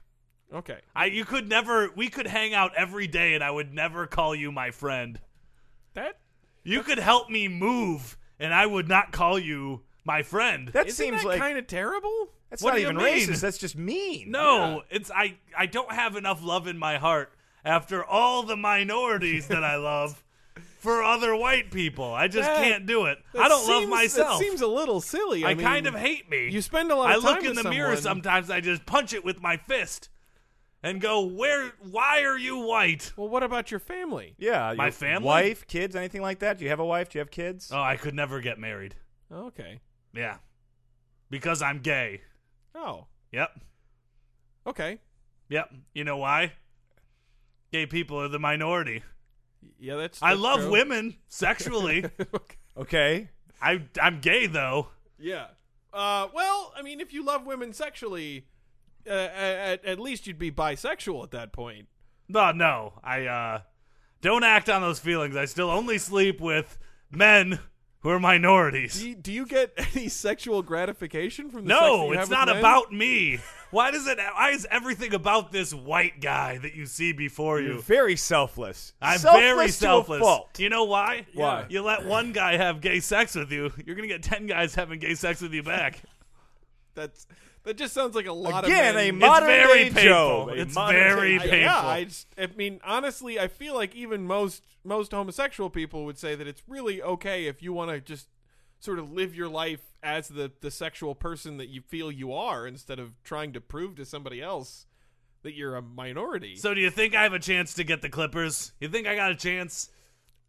[SPEAKER 1] Okay.
[SPEAKER 2] I you could never we could hang out every day and I would never call you my friend.
[SPEAKER 1] That
[SPEAKER 2] You could help me move and I would not call you my friend.
[SPEAKER 3] That
[SPEAKER 1] isn't
[SPEAKER 3] seems
[SPEAKER 1] that
[SPEAKER 3] like
[SPEAKER 1] kind of terrible.
[SPEAKER 3] that's
[SPEAKER 2] What
[SPEAKER 3] not
[SPEAKER 2] do you
[SPEAKER 3] even
[SPEAKER 2] mean?
[SPEAKER 3] racist. That's just mean.
[SPEAKER 2] no, it's I I don't have enough love in my heart after all the minorities that I love for other white people. I just
[SPEAKER 1] That-
[SPEAKER 2] can't do it.
[SPEAKER 1] That
[SPEAKER 2] I don't love
[SPEAKER 1] seems-
[SPEAKER 2] myself.
[SPEAKER 1] That seems a little silly. I,
[SPEAKER 2] I
[SPEAKER 1] mean,
[SPEAKER 2] kind of hate me.
[SPEAKER 1] You spend a lot.
[SPEAKER 2] I
[SPEAKER 1] Of time
[SPEAKER 2] look in the
[SPEAKER 1] with
[SPEAKER 2] mirror
[SPEAKER 1] someone.
[SPEAKER 2] sometimes. I just punch it with my fist and go, "Where? Why are you white?"
[SPEAKER 1] Well, what about your family?
[SPEAKER 3] Yeah.
[SPEAKER 2] My
[SPEAKER 3] your
[SPEAKER 2] family?
[SPEAKER 3] wife, kids, anything like that. Do you have a wife? Do you have kids?
[SPEAKER 2] Oh, I could never get married.
[SPEAKER 1] Okay.
[SPEAKER 2] Yeah, because I'm gay.
[SPEAKER 1] Oh.
[SPEAKER 2] Yep,
[SPEAKER 1] Okay.
[SPEAKER 2] yep. You know why? Gay people are the minority.
[SPEAKER 1] Yeah, that's.
[SPEAKER 2] I
[SPEAKER 1] that's
[SPEAKER 2] love
[SPEAKER 1] true.
[SPEAKER 2] women sexually.
[SPEAKER 3] Okay.
[SPEAKER 1] Okay.
[SPEAKER 2] I I'm gay though.
[SPEAKER 1] Yeah. Uh. Well, I mean, if you love women sexually, uh, at, at least you'd be bisexual at that point.
[SPEAKER 2] No, no. I uh, don't act on those feelings. I still only sleep with men who are minorities.
[SPEAKER 1] Do you, do you get any sexual gratification from the sex that
[SPEAKER 2] No,
[SPEAKER 1] you have
[SPEAKER 2] it's
[SPEAKER 1] with
[SPEAKER 2] not
[SPEAKER 1] men?
[SPEAKER 2] about me. Why does it? Why is everything about this white guy that you see before
[SPEAKER 3] You're
[SPEAKER 2] you?
[SPEAKER 3] very selfless.
[SPEAKER 2] I'm
[SPEAKER 3] selfless
[SPEAKER 2] very
[SPEAKER 3] To
[SPEAKER 2] selfless.
[SPEAKER 3] a fault.
[SPEAKER 2] You know why?
[SPEAKER 1] Why?
[SPEAKER 2] You let one guy have gay sex with you, you're gonna get ten guys having gay sex with you back.
[SPEAKER 1] That's that just sounds like a lot
[SPEAKER 3] Again,
[SPEAKER 1] of men.
[SPEAKER 3] a modern
[SPEAKER 2] it's very
[SPEAKER 3] day
[SPEAKER 2] painful.
[SPEAKER 3] Job. A
[SPEAKER 2] It's
[SPEAKER 3] modern
[SPEAKER 2] very
[SPEAKER 3] day
[SPEAKER 2] painful.
[SPEAKER 1] Yeah, I, just, I mean, honestly, I feel like even most most homosexual people would say that it's really okay if you want to just sort of live your life as the the sexual person that you feel you are, instead of trying to prove to somebody else that that you're a minority.
[SPEAKER 2] So do you think I have a chance to get the Clippers? You think I got a chance?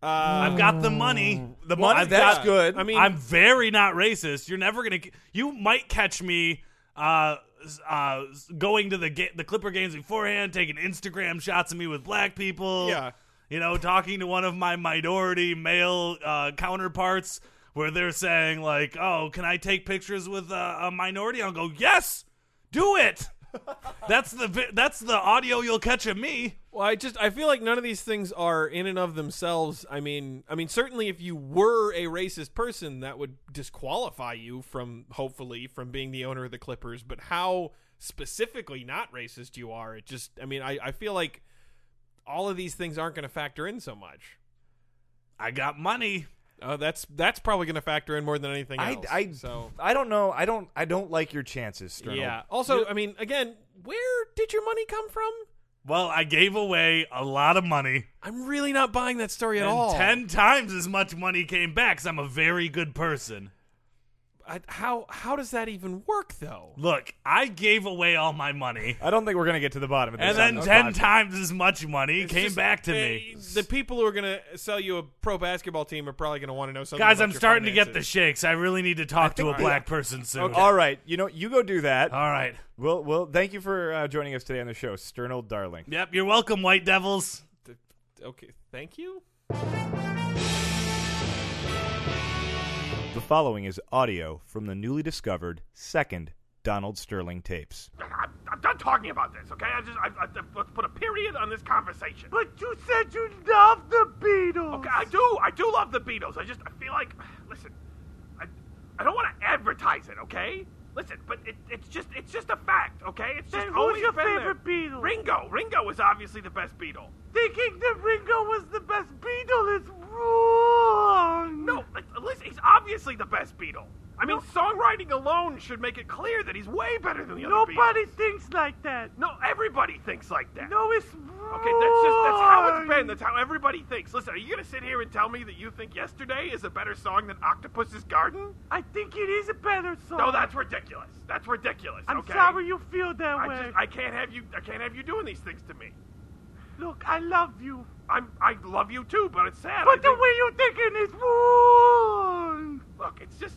[SPEAKER 1] uh,
[SPEAKER 2] I've got the money.
[SPEAKER 3] The money
[SPEAKER 2] I've
[SPEAKER 3] that's
[SPEAKER 2] got-
[SPEAKER 3] good.
[SPEAKER 1] I mean,
[SPEAKER 2] I'm very not racist. You're never gonna. You might catch me uh, uh, going to the ga- the Clipper games beforehand, taking Instagram shots of me with black people.
[SPEAKER 1] Yeah.
[SPEAKER 2] you know, talking to one of my minority male uh, counterparts, where they're saying like, "Oh, can I take pictures with a, a minority?" I'll go, "Yes, do it." that's the vi- that's the audio you'll catch of me.
[SPEAKER 1] Well, I just I feel like none of these things are in and of themselves. I mean, I mean certainly if you were a racist person, that would disqualify you from hopefully from being the owner of the Clippers. But how specifically not racist you are, it just I mean I I feel like all of these things aren't going to factor in so much.
[SPEAKER 2] I got money.
[SPEAKER 1] Uh, that's that's probably going to factor in more than anything
[SPEAKER 3] I,
[SPEAKER 1] else.
[SPEAKER 3] I,
[SPEAKER 1] so
[SPEAKER 3] I don't know. I don't. I don't like your chances, Sternal.
[SPEAKER 1] yeah. Also, I mean, again, where did your money come from?
[SPEAKER 2] Well, I gave away a lot of money.
[SPEAKER 1] I'm really not buying that story at
[SPEAKER 2] and
[SPEAKER 1] all.
[SPEAKER 2] ten times as much money came back because I'm a very good person.
[SPEAKER 1] I, how how does that even work though?
[SPEAKER 2] Look, I gave away all my money,
[SPEAKER 3] I don't think we're gonna get to the bottom of this.
[SPEAKER 2] and
[SPEAKER 3] on
[SPEAKER 2] then
[SPEAKER 3] this
[SPEAKER 2] ten
[SPEAKER 3] podcast.
[SPEAKER 2] times as much money came
[SPEAKER 1] just-
[SPEAKER 2] back to
[SPEAKER 1] uh,
[SPEAKER 2] me.
[SPEAKER 1] The people who are going to sell you a pro basketball team are probably going to want to know something.
[SPEAKER 2] Guys,
[SPEAKER 1] about
[SPEAKER 2] I'm
[SPEAKER 1] your
[SPEAKER 2] starting to get the
[SPEAKER 1] finances.
[SPEAKER 2] shakes. I really need to talk to a black person soon.
[SPEAKER 3] All right, you know, you go do that.
[SPEAKER 2] All right.
[SPEAKER 3] Well, well, thank you for uh, joining us today on the show, Sternal Darling.
[SPEAKER 2] Yep, you're welcome, White Devils.
[SPEAKER 1] okay, thank you.
[SPEAKER 3] The following is audio from the newly discovered second Donald Sterling tapes.
[SPEAKER 4] I'm, I'm done talking about this, okay? I just, I, I, let's put a period on this conversation.
[SPEAKER 5] But you said you love the Beatles.
[SPEAKER 4] Okay, I do, I do love the Beatles. I just, I feel like, listen, I, I don't want to advertise it, okay? Listen, but it, it's just, it's just a fact, okay? It's just
[SPEAKER 5] Then who's
[SPEAKER 4] always
[SPEAKER 5] your
[SPEAKER 4] been there.
[SPEAKER 5] favorite Beatle?
[SPEAKER 4] Ringo. Ringo is obviously the best Beatle.
[SPEAKER 5] Thinking that Ringo was the best Beatle is wrong.
[SPEAKER 4] No, like, listen, he's obviously the best Beatle. I mean, songwriting alone should make it clear that he's way better than the other Beatles.
[SPEAKER 5] nobody thinks like that.
[SPEAKER 4] No, everybody thinks like that.
[SPEAKER 5] No, it's wrong.
[SPEAKER 4] Okay, that's just that's how it's been. That's how everybody thinks. Listen, are you gonna sit here and tell me that you think "Yesterday" is a better song than "Octopus's Garden"?
[SPEAKER 5] I think it is a better song.
[SPEAKER 4] No, that's ridiculous. That's ridiculous.
[SPEAKER 5] I'm
[SPEAKER 4] okay?
[SPEAKER 5] sorry you feel that
[SPEAKER 4] I
[SPEAKER 5] way.
[SPEAKER 4] just I can't have you I can't have you doing these things to me.
[SPEAKER 5] Look, I love you,
[SPEAKER 4] I'm I love you too, but it's sad. I
[SPEAKER 5] but the
[SPEAKER 4] think-
[SPEAKER 5] way you're thinking is wrong.
[SPEAKER 4] look, it's just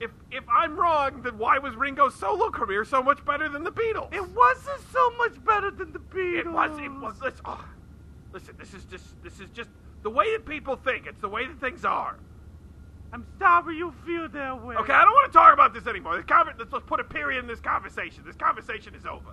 [SPEAKER 4] if if I'm wrong, then why was Ringo's solo career so much better than the Beatles?
[SPEAKER 5] It wasn't so much better than the Beatles.
[SPEAKER 4] It was. It was. Listen, oh, listen. This is just. This is just the way that people think. It's the way that things are.
[SPEAKER 5] I'm sorry you feel that way.
[SPEAKER 4] Okay, I don't want to talk about this anymore. This conver- let's, let's put a period in this conversation. This conversation is over.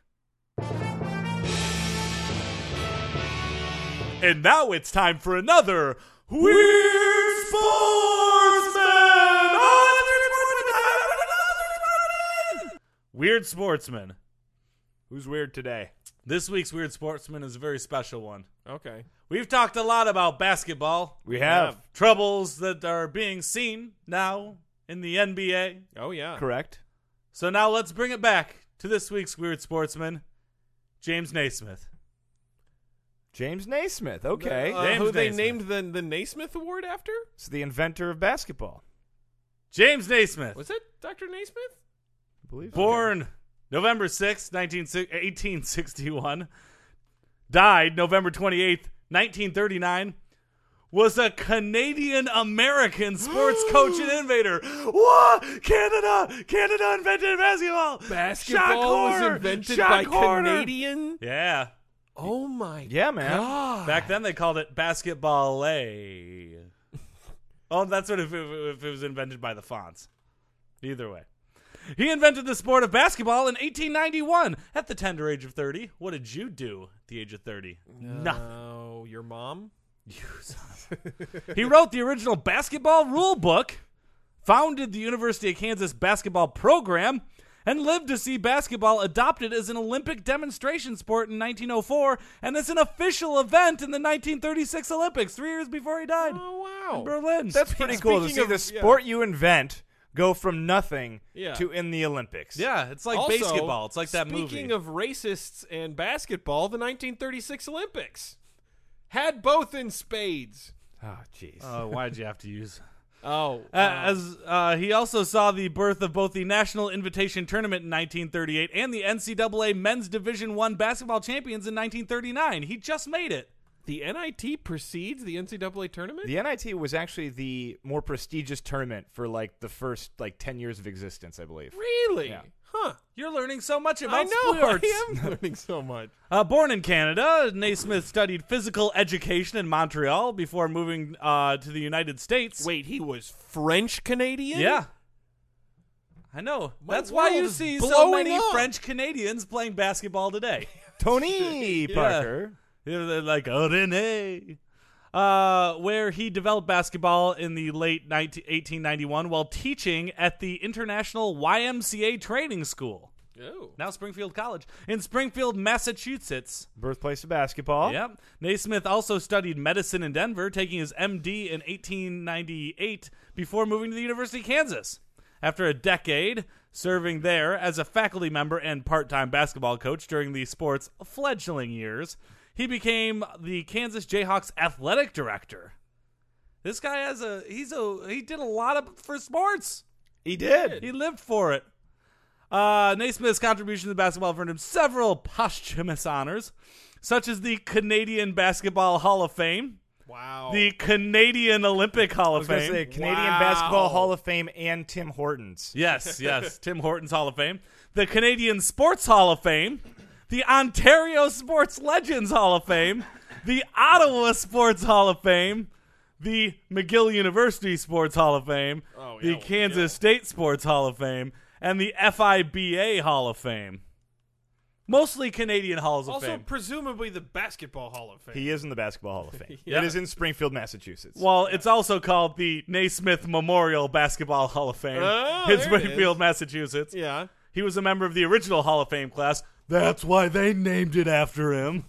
[SPEAKER 6] And now it's time for another Weird Sportsman!
[SPEAKER 2] Weird sportsman.
[SPEAKER 3] Who's weird today?
[SPEAKER 2] This week's weird sportsman is a very special one.
[SPEAKER 1] Okay,
[SPEAKER 2] We've talked a lot about basketball.
[SPEAKER 3] We have
[SPEAKER 2] troubles that are being seen now in the NBA.
[SPEAKER 1] oh yeah,
[SPEAKER 3] correct.
[SPEAKER 2] So now let's bring it back to this week's weird sportsman, James Naismith.
[SPEAKER 3] James Naismith. Okay,
[SPEAKER 1] Uh,
[SPEAKER 2] James
[SPEAKER 1] who they named
[SPEAKER 2] Naismith.
[SPEAKER 1] the the Naismith Award after?
[SPEAKER 3] it's the inventor of basketball.
[SPEAKER 2] James Naismith,
[SPEAKER 1] Was it Dr. Naismith?
[SPEAKER 3] I believe so.
[SPEAKER 2] born November 6, 19, 1861, died November 28th, 1939, was a Canadian American sports coach and innovator. What? Canada! Canada invented basketball! Shot
[SPEAKER 1] Basketball was
[SPEAKER 2] corner!
[SPEAKER 1] invented
[SPEAKER 2] Shot
[SPEAKER 1] by
[SPEAKER 2] corner!
[SPEAKER 1] Canadian.
[SPEAKER 2] Yeah.
[SPEAKER 1] Oh my
[SPEAKER 3] Yeah, man.
[SPEAKER 1] god!
[SPEAKER 2] Back then they called it basketball Oh, that's what if it, if it was invented by the fonts. Either way. He invented the sport of basketball in 1891 at the tender age of 30. What did you do at the age of 30? Nothing.
[SPEAKER 1] No, Oh, your mom.
[SPEAKER 2] He wrote the original basketball rule book founded the University of Kansas basketball program, and lived to see basketball adopted as an Olympic demonstration sport in 1904 and as an official event in the 1936 Olympics, three years before he died.
[SPEAKER 1] Oh wow,
[SPEAKER 2] in Berlin.
[SPEAKER 3] That's pretty cool to
[SPEAKER 1] speaking
[SPEAKER 3] see
[SPEAKER 1] of-
[SPEAKER 3] the
[SPEAKER 1] yeah.
[SPEAKER 3] sport you invent go from nothing
[SPEAKER 1] Yeah.
[SPEAKER 3] to in the Olympics.
[SPEAKER 2] Yeah, it's like
[SPEAKER 1] Also,
[SPEAKER 2] basketball. It's like that movie.
[SPEAKER 1] Speaking of racists and basketball, the 1936 Olympics had both in spades.
[SPEAKER 3] Oh, jeez.
[SPEAKER 2] Uh, why'd you have to use?
[SPEAKER 1] Oh,
[SPEAKER 2] Uh, as uh, he also saw the birth of both the National Invitation Tournament in 1938 and the NCAA Men's Division One Basketball Champions in 1939. He just made it.
[SPEAKER 1] the NIT precedes the NCAA tournament.
[SPEAKER 3] the NIT was actually the more prestigious tournament for like the first like 10 years of existence, I believe.
[SPEAKER 1] Really?
[SPEAKER 3] Yeah.
[SPEAKER 1] Huh.
[SPEAKER 2] You're learning so much about
[SPEAKER 1] I know.
[SPEAKER 2] sports.
[SPEAKER 1] I am learning so much.
[SPEAKER 2] Uh, born in Canada, Naismith studied physical education in Montreal before moving uh, to the United States.
[SPEAKER 1] Wait, he was French Canadian?
[SPEAKER 2] Yeah. I know.
[SPEAKER 1] My
[SPEAKER 2] That's why
[SPEAKER 1] world
[SPEAKER 2] you
[SPEAKER 1] is
[SPEAKER 2] see so
[SPEAKER 1] blowing
[SPEAKER 2] many
[SPEAKER 1] up.
[SPEAKER 2] French Canadians playing basketball today.
[SPEAKER 3] Tony Parker.
[SPEAKER 2] Yeah, they're like, oh, Rene. Uh, where he developed basketball in the late 19, 1891 while teaching at the International YMCA Training School,
[SPEAKER 1] Oh.
[SPEAKER 2] now Springfield College, in Springfield, Massachusetts.
[SPEAKER 3] Birthplace of basketball.
[SPEAKER 2] Yep. Naismith also studied medicine in Denver, taking his MD in 1898 before moving to the University of Kansas. After a decade serving there as a faculty member and part time basketball coach during the sport's fledgling years, he became the Kansas Jayhawks athletic director. This guy has a he's a he did a lot of for sports.
[SPEAKER 3] He did.
[SPEAKER 2] He lived for it. Uh, Naismith's contribution to basketball earned him several posthumous honors, such as the Canadian Basketball Hall of Fame,
[SPEAKER 1] Wow.
[SPEAKER 2] the Canadian Olympic Hall
[SPEAKER 3] I
[SPEAKER 2] of
[SPEAKER 3] was going to
[SPEAKER 2] Fame.
[SPEAKER 3] say Canadian
[SPEAKER 1] Wow.
[SPEAKER 3] Basketball Hall of Fame and Tim Hortons.
[SPEAKER 2] Yes, yes. Tim Hortons Hall of Fame, the Canadian Sports Hall of Fame, the Ontario Sports Legends Hall of Fame, the Ottawa Sports Hall of Fame, the McGill University Sports Hall of Fame,
[SPEAKER 1] Oh, yeah,
[SPEAKER 2] the
[SPEAKER 1] well,
[SPEAKER 2] Kansas
[SPEAKER 1] yeah.
[SPEAKER 2] State Sports Hall of Fame, and the FIBA Hall of Fame. Mostly Canadian Halls of
[SPEAKER 1] also
[SPEAKER 2] Fame.
[SPEAKER 1] presumably the Basketball Hall of Fame.
[SPEAKER 3] He is in the Basketball Hall of Fame.
[SPEAKER 2] Yeah.
[SPEAKER 3] It is in Springfield, Massachusetts.
[SPEAKER 2] well, it's also called the Naismith Memorial Basketball Hall of Fame
[SPEAKER 1] Oh,
[SPEAKER 2] in
[SPEAKER 1] there it
[SPEAKER 2] Springfield,
[SPEAKER 1] is.
[SPEAKER 2] Massachusetts.
[SPEAKER 1] yeah.
[SPEAKER 2] He was a member of the original Hall of Fame class. That's why they named it after him.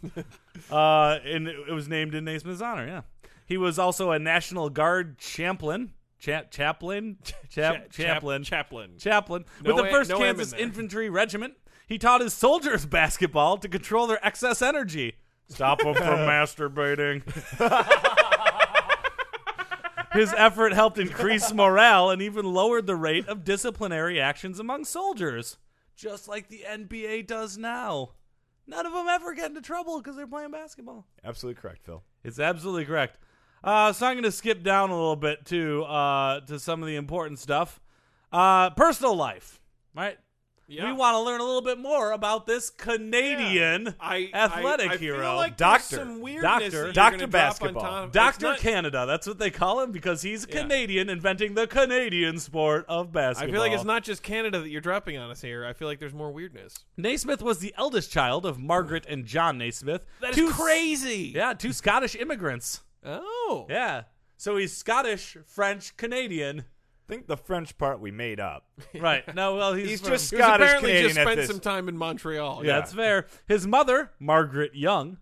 [SPEAKER 2] uh, and it it was named in Naismith's honor, yeah. He was also a National Guard champlain. Cha- chaplain? Chap- chaplain.
[SPEAKER 1] Chaplain.
[SPEAKER 2] chaplain.
[SPEAKER 1] No
[SPEAKER 2] with the
[SPEAKER 1] a-
[SPEAKER 2] 1st
[SPEAKER 1] no M in
[SPEAKER 2] Kansas
[SPEAKER 1] there.
[SPEAKER 2] Infantry Regiment. He taught his soldiers basketball to control their excess energy. Stop them from masturbating. His effort helped increase morale and even lowered the rate of disciplinary actions among soldiers, just like the NBA does now. None of them ever get into trouble because they're playing basketball.
[SPEAKER 3] Absolutely correct, Phil.
[SPEAKER 2] It's absolutely correct. Uh, so I'm going to skip down a little bit to uh, to some of the important stuff. Uh, personal life, right?
[SPEAKER 1] Yeah.
[SPEAKER 2] We want to learn a little bit more about this Canadian
[SPEAKER 1] I,
[SPEAKER 2] athletic
[SPEAKER 1] I, I
[SPEAKER 2] hero,
[SPEAKER 1] Feel like there's
[SPEAKER 3] Doctor.
[SPEAKER 1] Some weirdness
[SPEAKER 2] Doctor.
[SPEAKER 1] that you're
[SPEAKER 3] Doctor
[SPEAKER 1] gonna drop
[SPEAKER 3] Basketball.
[SPEAKER 1] On top.
[SPEAKER 2] Doctor
[SPEAKER 1] It's not-
[SPEAKER 2] Canada. That's what they call him because he's a
[SPEAKER 1] Yeah.
[SPEAKER 2] Canadian inventing the Canadian sport of
[SPEAKER 1] I
[SPEAKER 2] basketball.
[SPEAKER 1] feel like it's not just Canada that you're dropping on us here. I feel like there's more weirdness.
[SPEAKER 2] Naismith was the eldest child of Margaret and John Naismith. That
[SPEAKER 1] crazy.
[SPEAKER 2] Yeah, two Scottish immigrants.
[SPEAKER 1] Oh.
[SPEAKER 2] Yeah. So he's Scottish, French, Canadian.
[SPEAKER 3] I think the French part we made up.
[SPEAKER 2] Right. No, well, he's,
[SPEAKER 3] He's
[SPEAKER 2] from-
[SPEAKER 3] just
[SPEAKER 1] He was
[SPEAKER 3] Scottish
[SPEAKER 1] apparently
[SPEAKER 3] Canadian
[SPEAKER 1] just
[SPEAKER 3] at
[SPEAKER 1] spent
[SPEAKER 3] this.
[SPEAKER 1] some time in Montreal.
[SPEAKER 2] Yeah, that's fair. His mother, Margaret Young,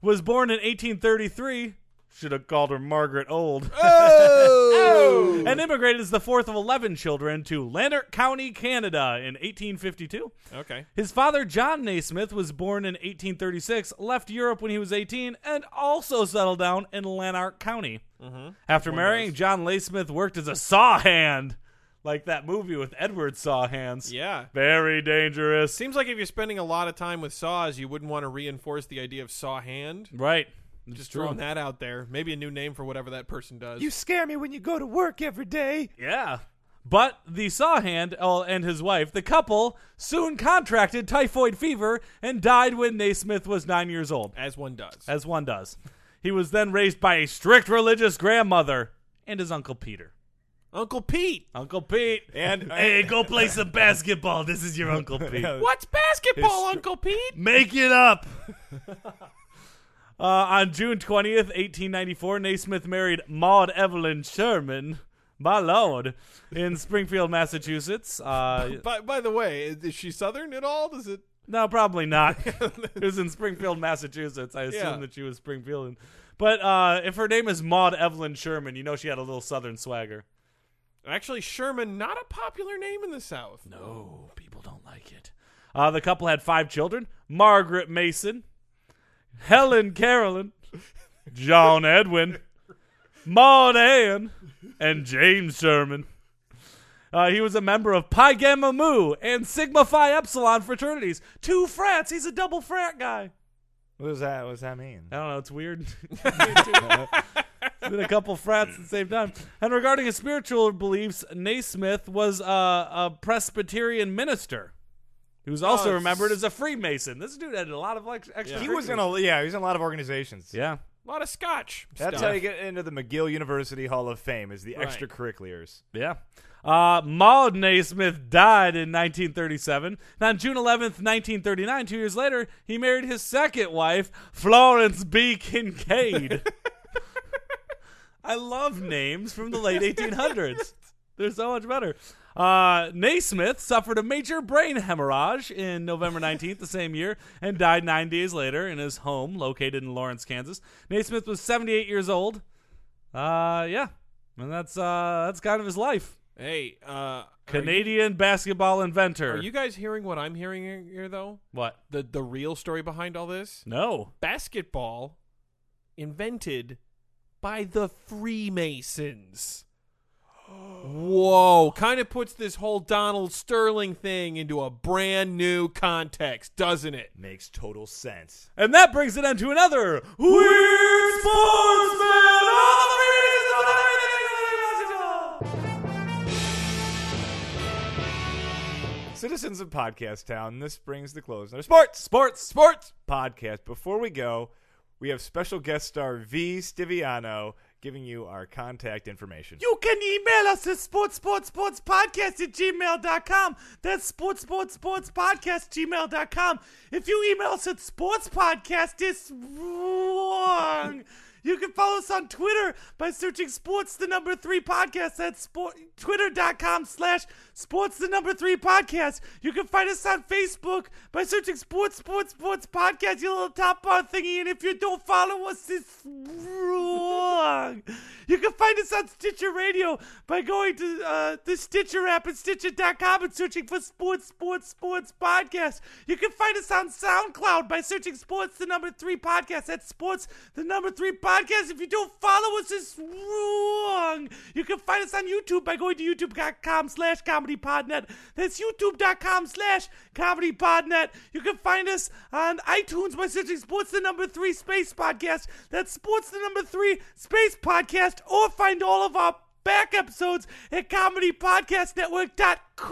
[SPEAKER 2] was born in 1833. Should have called her Margaret Old.
[SPEAKER 1] Oh.
[SPEAKER 2] and immigrated as the fourth of 11 children to Lanark County, Canada in 1852.
[SPEAKER 1] Okay.
[SPEAKER 2] His father, John Naismith, was born in 1836, left Europe when he was 18, and also settled down in Lanark County.
[SPEAKER 1] Mm-hmm.
[SPEAKER 2] After marrying, John Naismith worked as a saw hand, like that movie with Edward Saw Hands.
[SPEAKER 1] Yeah.
[SPEAKER 2] Very dangerous.
[SPEAKER 1] Seems like if you're spending a lot of time with saws, you wouldn't want to reinforce the idea of saw hand.
[SPEAKER 2] Right.
[SPEAKER 1] Just throwing that out there. Maybe a new name for whatever that person does.
[SPEAKER 3] You scare me when you go to work every day.
[SPEAKER 2] Yeah. But the Sawhand oh, and his wife, the couple, soon contracted typhoid fever and died when Naismith was nine years old,
[SPEAKER 1] as one does.
[SPEAKER 2] as one does. He was then raised by a strict religious grandmother and his uncle Peter.
[SPEAKER 1] Uncle Pete.
[SPEAKER 2] Uncle Pete.
[SPEAKER 3] And-
[SPEAKER 2] hey, go play some basketball. This is your Uncle Pete.
[SPEAKER 1] What's basketball, Oh, Uncle Pete?
[SPEAKER 2] Make it up. uh, on June 20th, 1894, Naismith married Maud Evelyn Sherman, my lord, in Springfield, Massachusetts. Uh,
[SPEAKER 1] By, by the way, is, is she Southern at all? Does it?
[SPEAKER 2] no, probably not. it was in Springfield, Massachusetts. I assume
[SPEAKER 1] Yeah.
[SPEAKER 2] that she was Springfield. But uh, if her name is Maud Evelyn Sherman, you know she had a little Southern swagger.
[SPEAKER 1] Actually, Sherman, not a popular name in the South.
[SPEAKER 2] No, people don't like it. Uh, the couple had five children Margaret Mason, Helen Carolyn, John Edwin, Maud Ann, and James Sherman. Uh, he was a member of Pi Gamma Mu and Sigma Phi Epsilon fraternities. Two frats. He's a double frat guy.
[SPEAKER 3] What does that? What does that mean?
[SPEAKER 2] I don't know. It's weird. Been a couple frats at the same time. And regarding his spiritual beliefs, Naismith was uh, a Presbyterian minister. He was also
[SPEAKER 1] Oh,
[SPEAKER 2] remembered as a Freemason. This dude had a lot of like extra.
[SPEAKER 3] He was in a yeah. He was in a lot of organizations.
[SPEAKER 2] Yeah.
[SPEAKER 1] A lot of Scotch.
[SPEAKER 3] That's
[SPEAKER 1] stuff.
[SPEAKER 3] how you get into the McGill University Hall of Fame is the extracurriculars.
[SPEAKER 2] Yeah. Uh, Maud Naismith died in 1937. And on June 11th, 1939, two years later, he married his second wife, Florence B. Kincaid. I love names from the late 1800s. They're so much better. Uh, Naismith suffered a major brain hemorrhage in November 19th, the same year, and died nine days later in his home located in Lawrence, Kansas. Naismith was 78 years old. Uh, yeah, and that's uh, that's kind of his life.
[SPEAKER 1] Hey, uh,
[SPEAKER 2] Canadian basketball inventor.
[SPEAKER 1] Are you guys hearing what I'm hearing here, though?
[SPEAKER 2] what?
[SPEAKER 1] The the real story behind all this?
[SPEAKER 2] No.
[SPEAKER 1] Basketball invented by the Freemasons. Whoa, kind of puts this whole Donald Sterling thing into a brand new context, doesn't it?
[SPEAKER 3] Makes total sense.
[SPEAKER 2] And that brings it on to another Weird Sportsman of the Reasons of the Reasons of the Reasons.
[SPEAKER 3] Citizens of Podcast Town. This brings the close. Our sports
[SPEAKER 2] Sports. Sports.
[SPEAKER 3] podcast. Before we go, we have special guest star V Stiviano giving you our contact information.
[SPEAKER 2] You can email us at sports sports sports podcast at gmail.com. That's sports sports sports podcast gmail.com. If you email us at sports podcast, it's wrong. You can follow us on Twitter by searching sports the number three podcast. That's sport, twitter.com slash sports the number three podcast. You can find us on Facebook by searching sports sports sports podcast, your little top bar thingy. And if you don't follow us, it's wrong. You can find us on Stitcher Radio by going to uh, the Stitcher app at Stitcher.com and searching for Sports, Sports, Sports Podcast. You can find us on SoundCloud by searching Sports, the number three podcast. That's Sports, the number three podcast. If you don't follow us, it's wrong. You can find us on YouTube by going to YouTube.com slash ComedyPodNet. That's YouTube.com slash ComedyPodNet. You can find us on iTunes by searching Sports, the number three space podcast. That's Sports, the number three space podcast. Or find all of our back episodes at comedypodcastnetwork.com.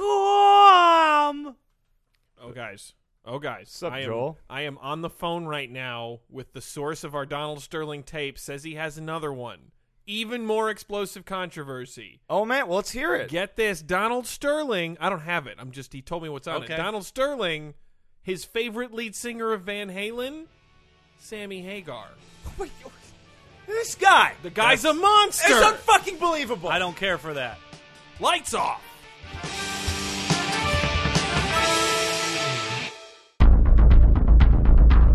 [SPEAKER 1] Oh, guys. Oh, guys.
[SPEAKER 3] up,
[SPEAKER 1] I am,
[SPEAKER 3] Joel?
[SPEAKER 1] I am on the phone right now with the source of our Donald Sterling tape. Says he has another one. Even more explosive controversy.
[SPEAKER 3] Oh man, well let's hear it.
[SPEAKER 1] Get this. Donald Sterling. I don't have it. I'm just, he told me what's on
[SPEAKER 2] Okay.
[SPEAKER 1] it. Donald Sterling, his favorite lead singer of Van Halen, Sammy Hagar.
[SPEAKER 3] Oh This guy
[SPEAKER 1] The guy's a monster.
[SPEAKER 3] is unfucking believable.
[SPEAKER 2] I don't care for that.
[SPEAKER 1] Lights off.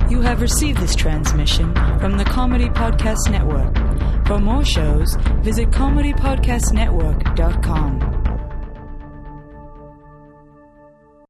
[SPEAKER 7] You have received this transmission from the Comedy Podcast Network. For more shows, visit comedypodcastnetwork.com.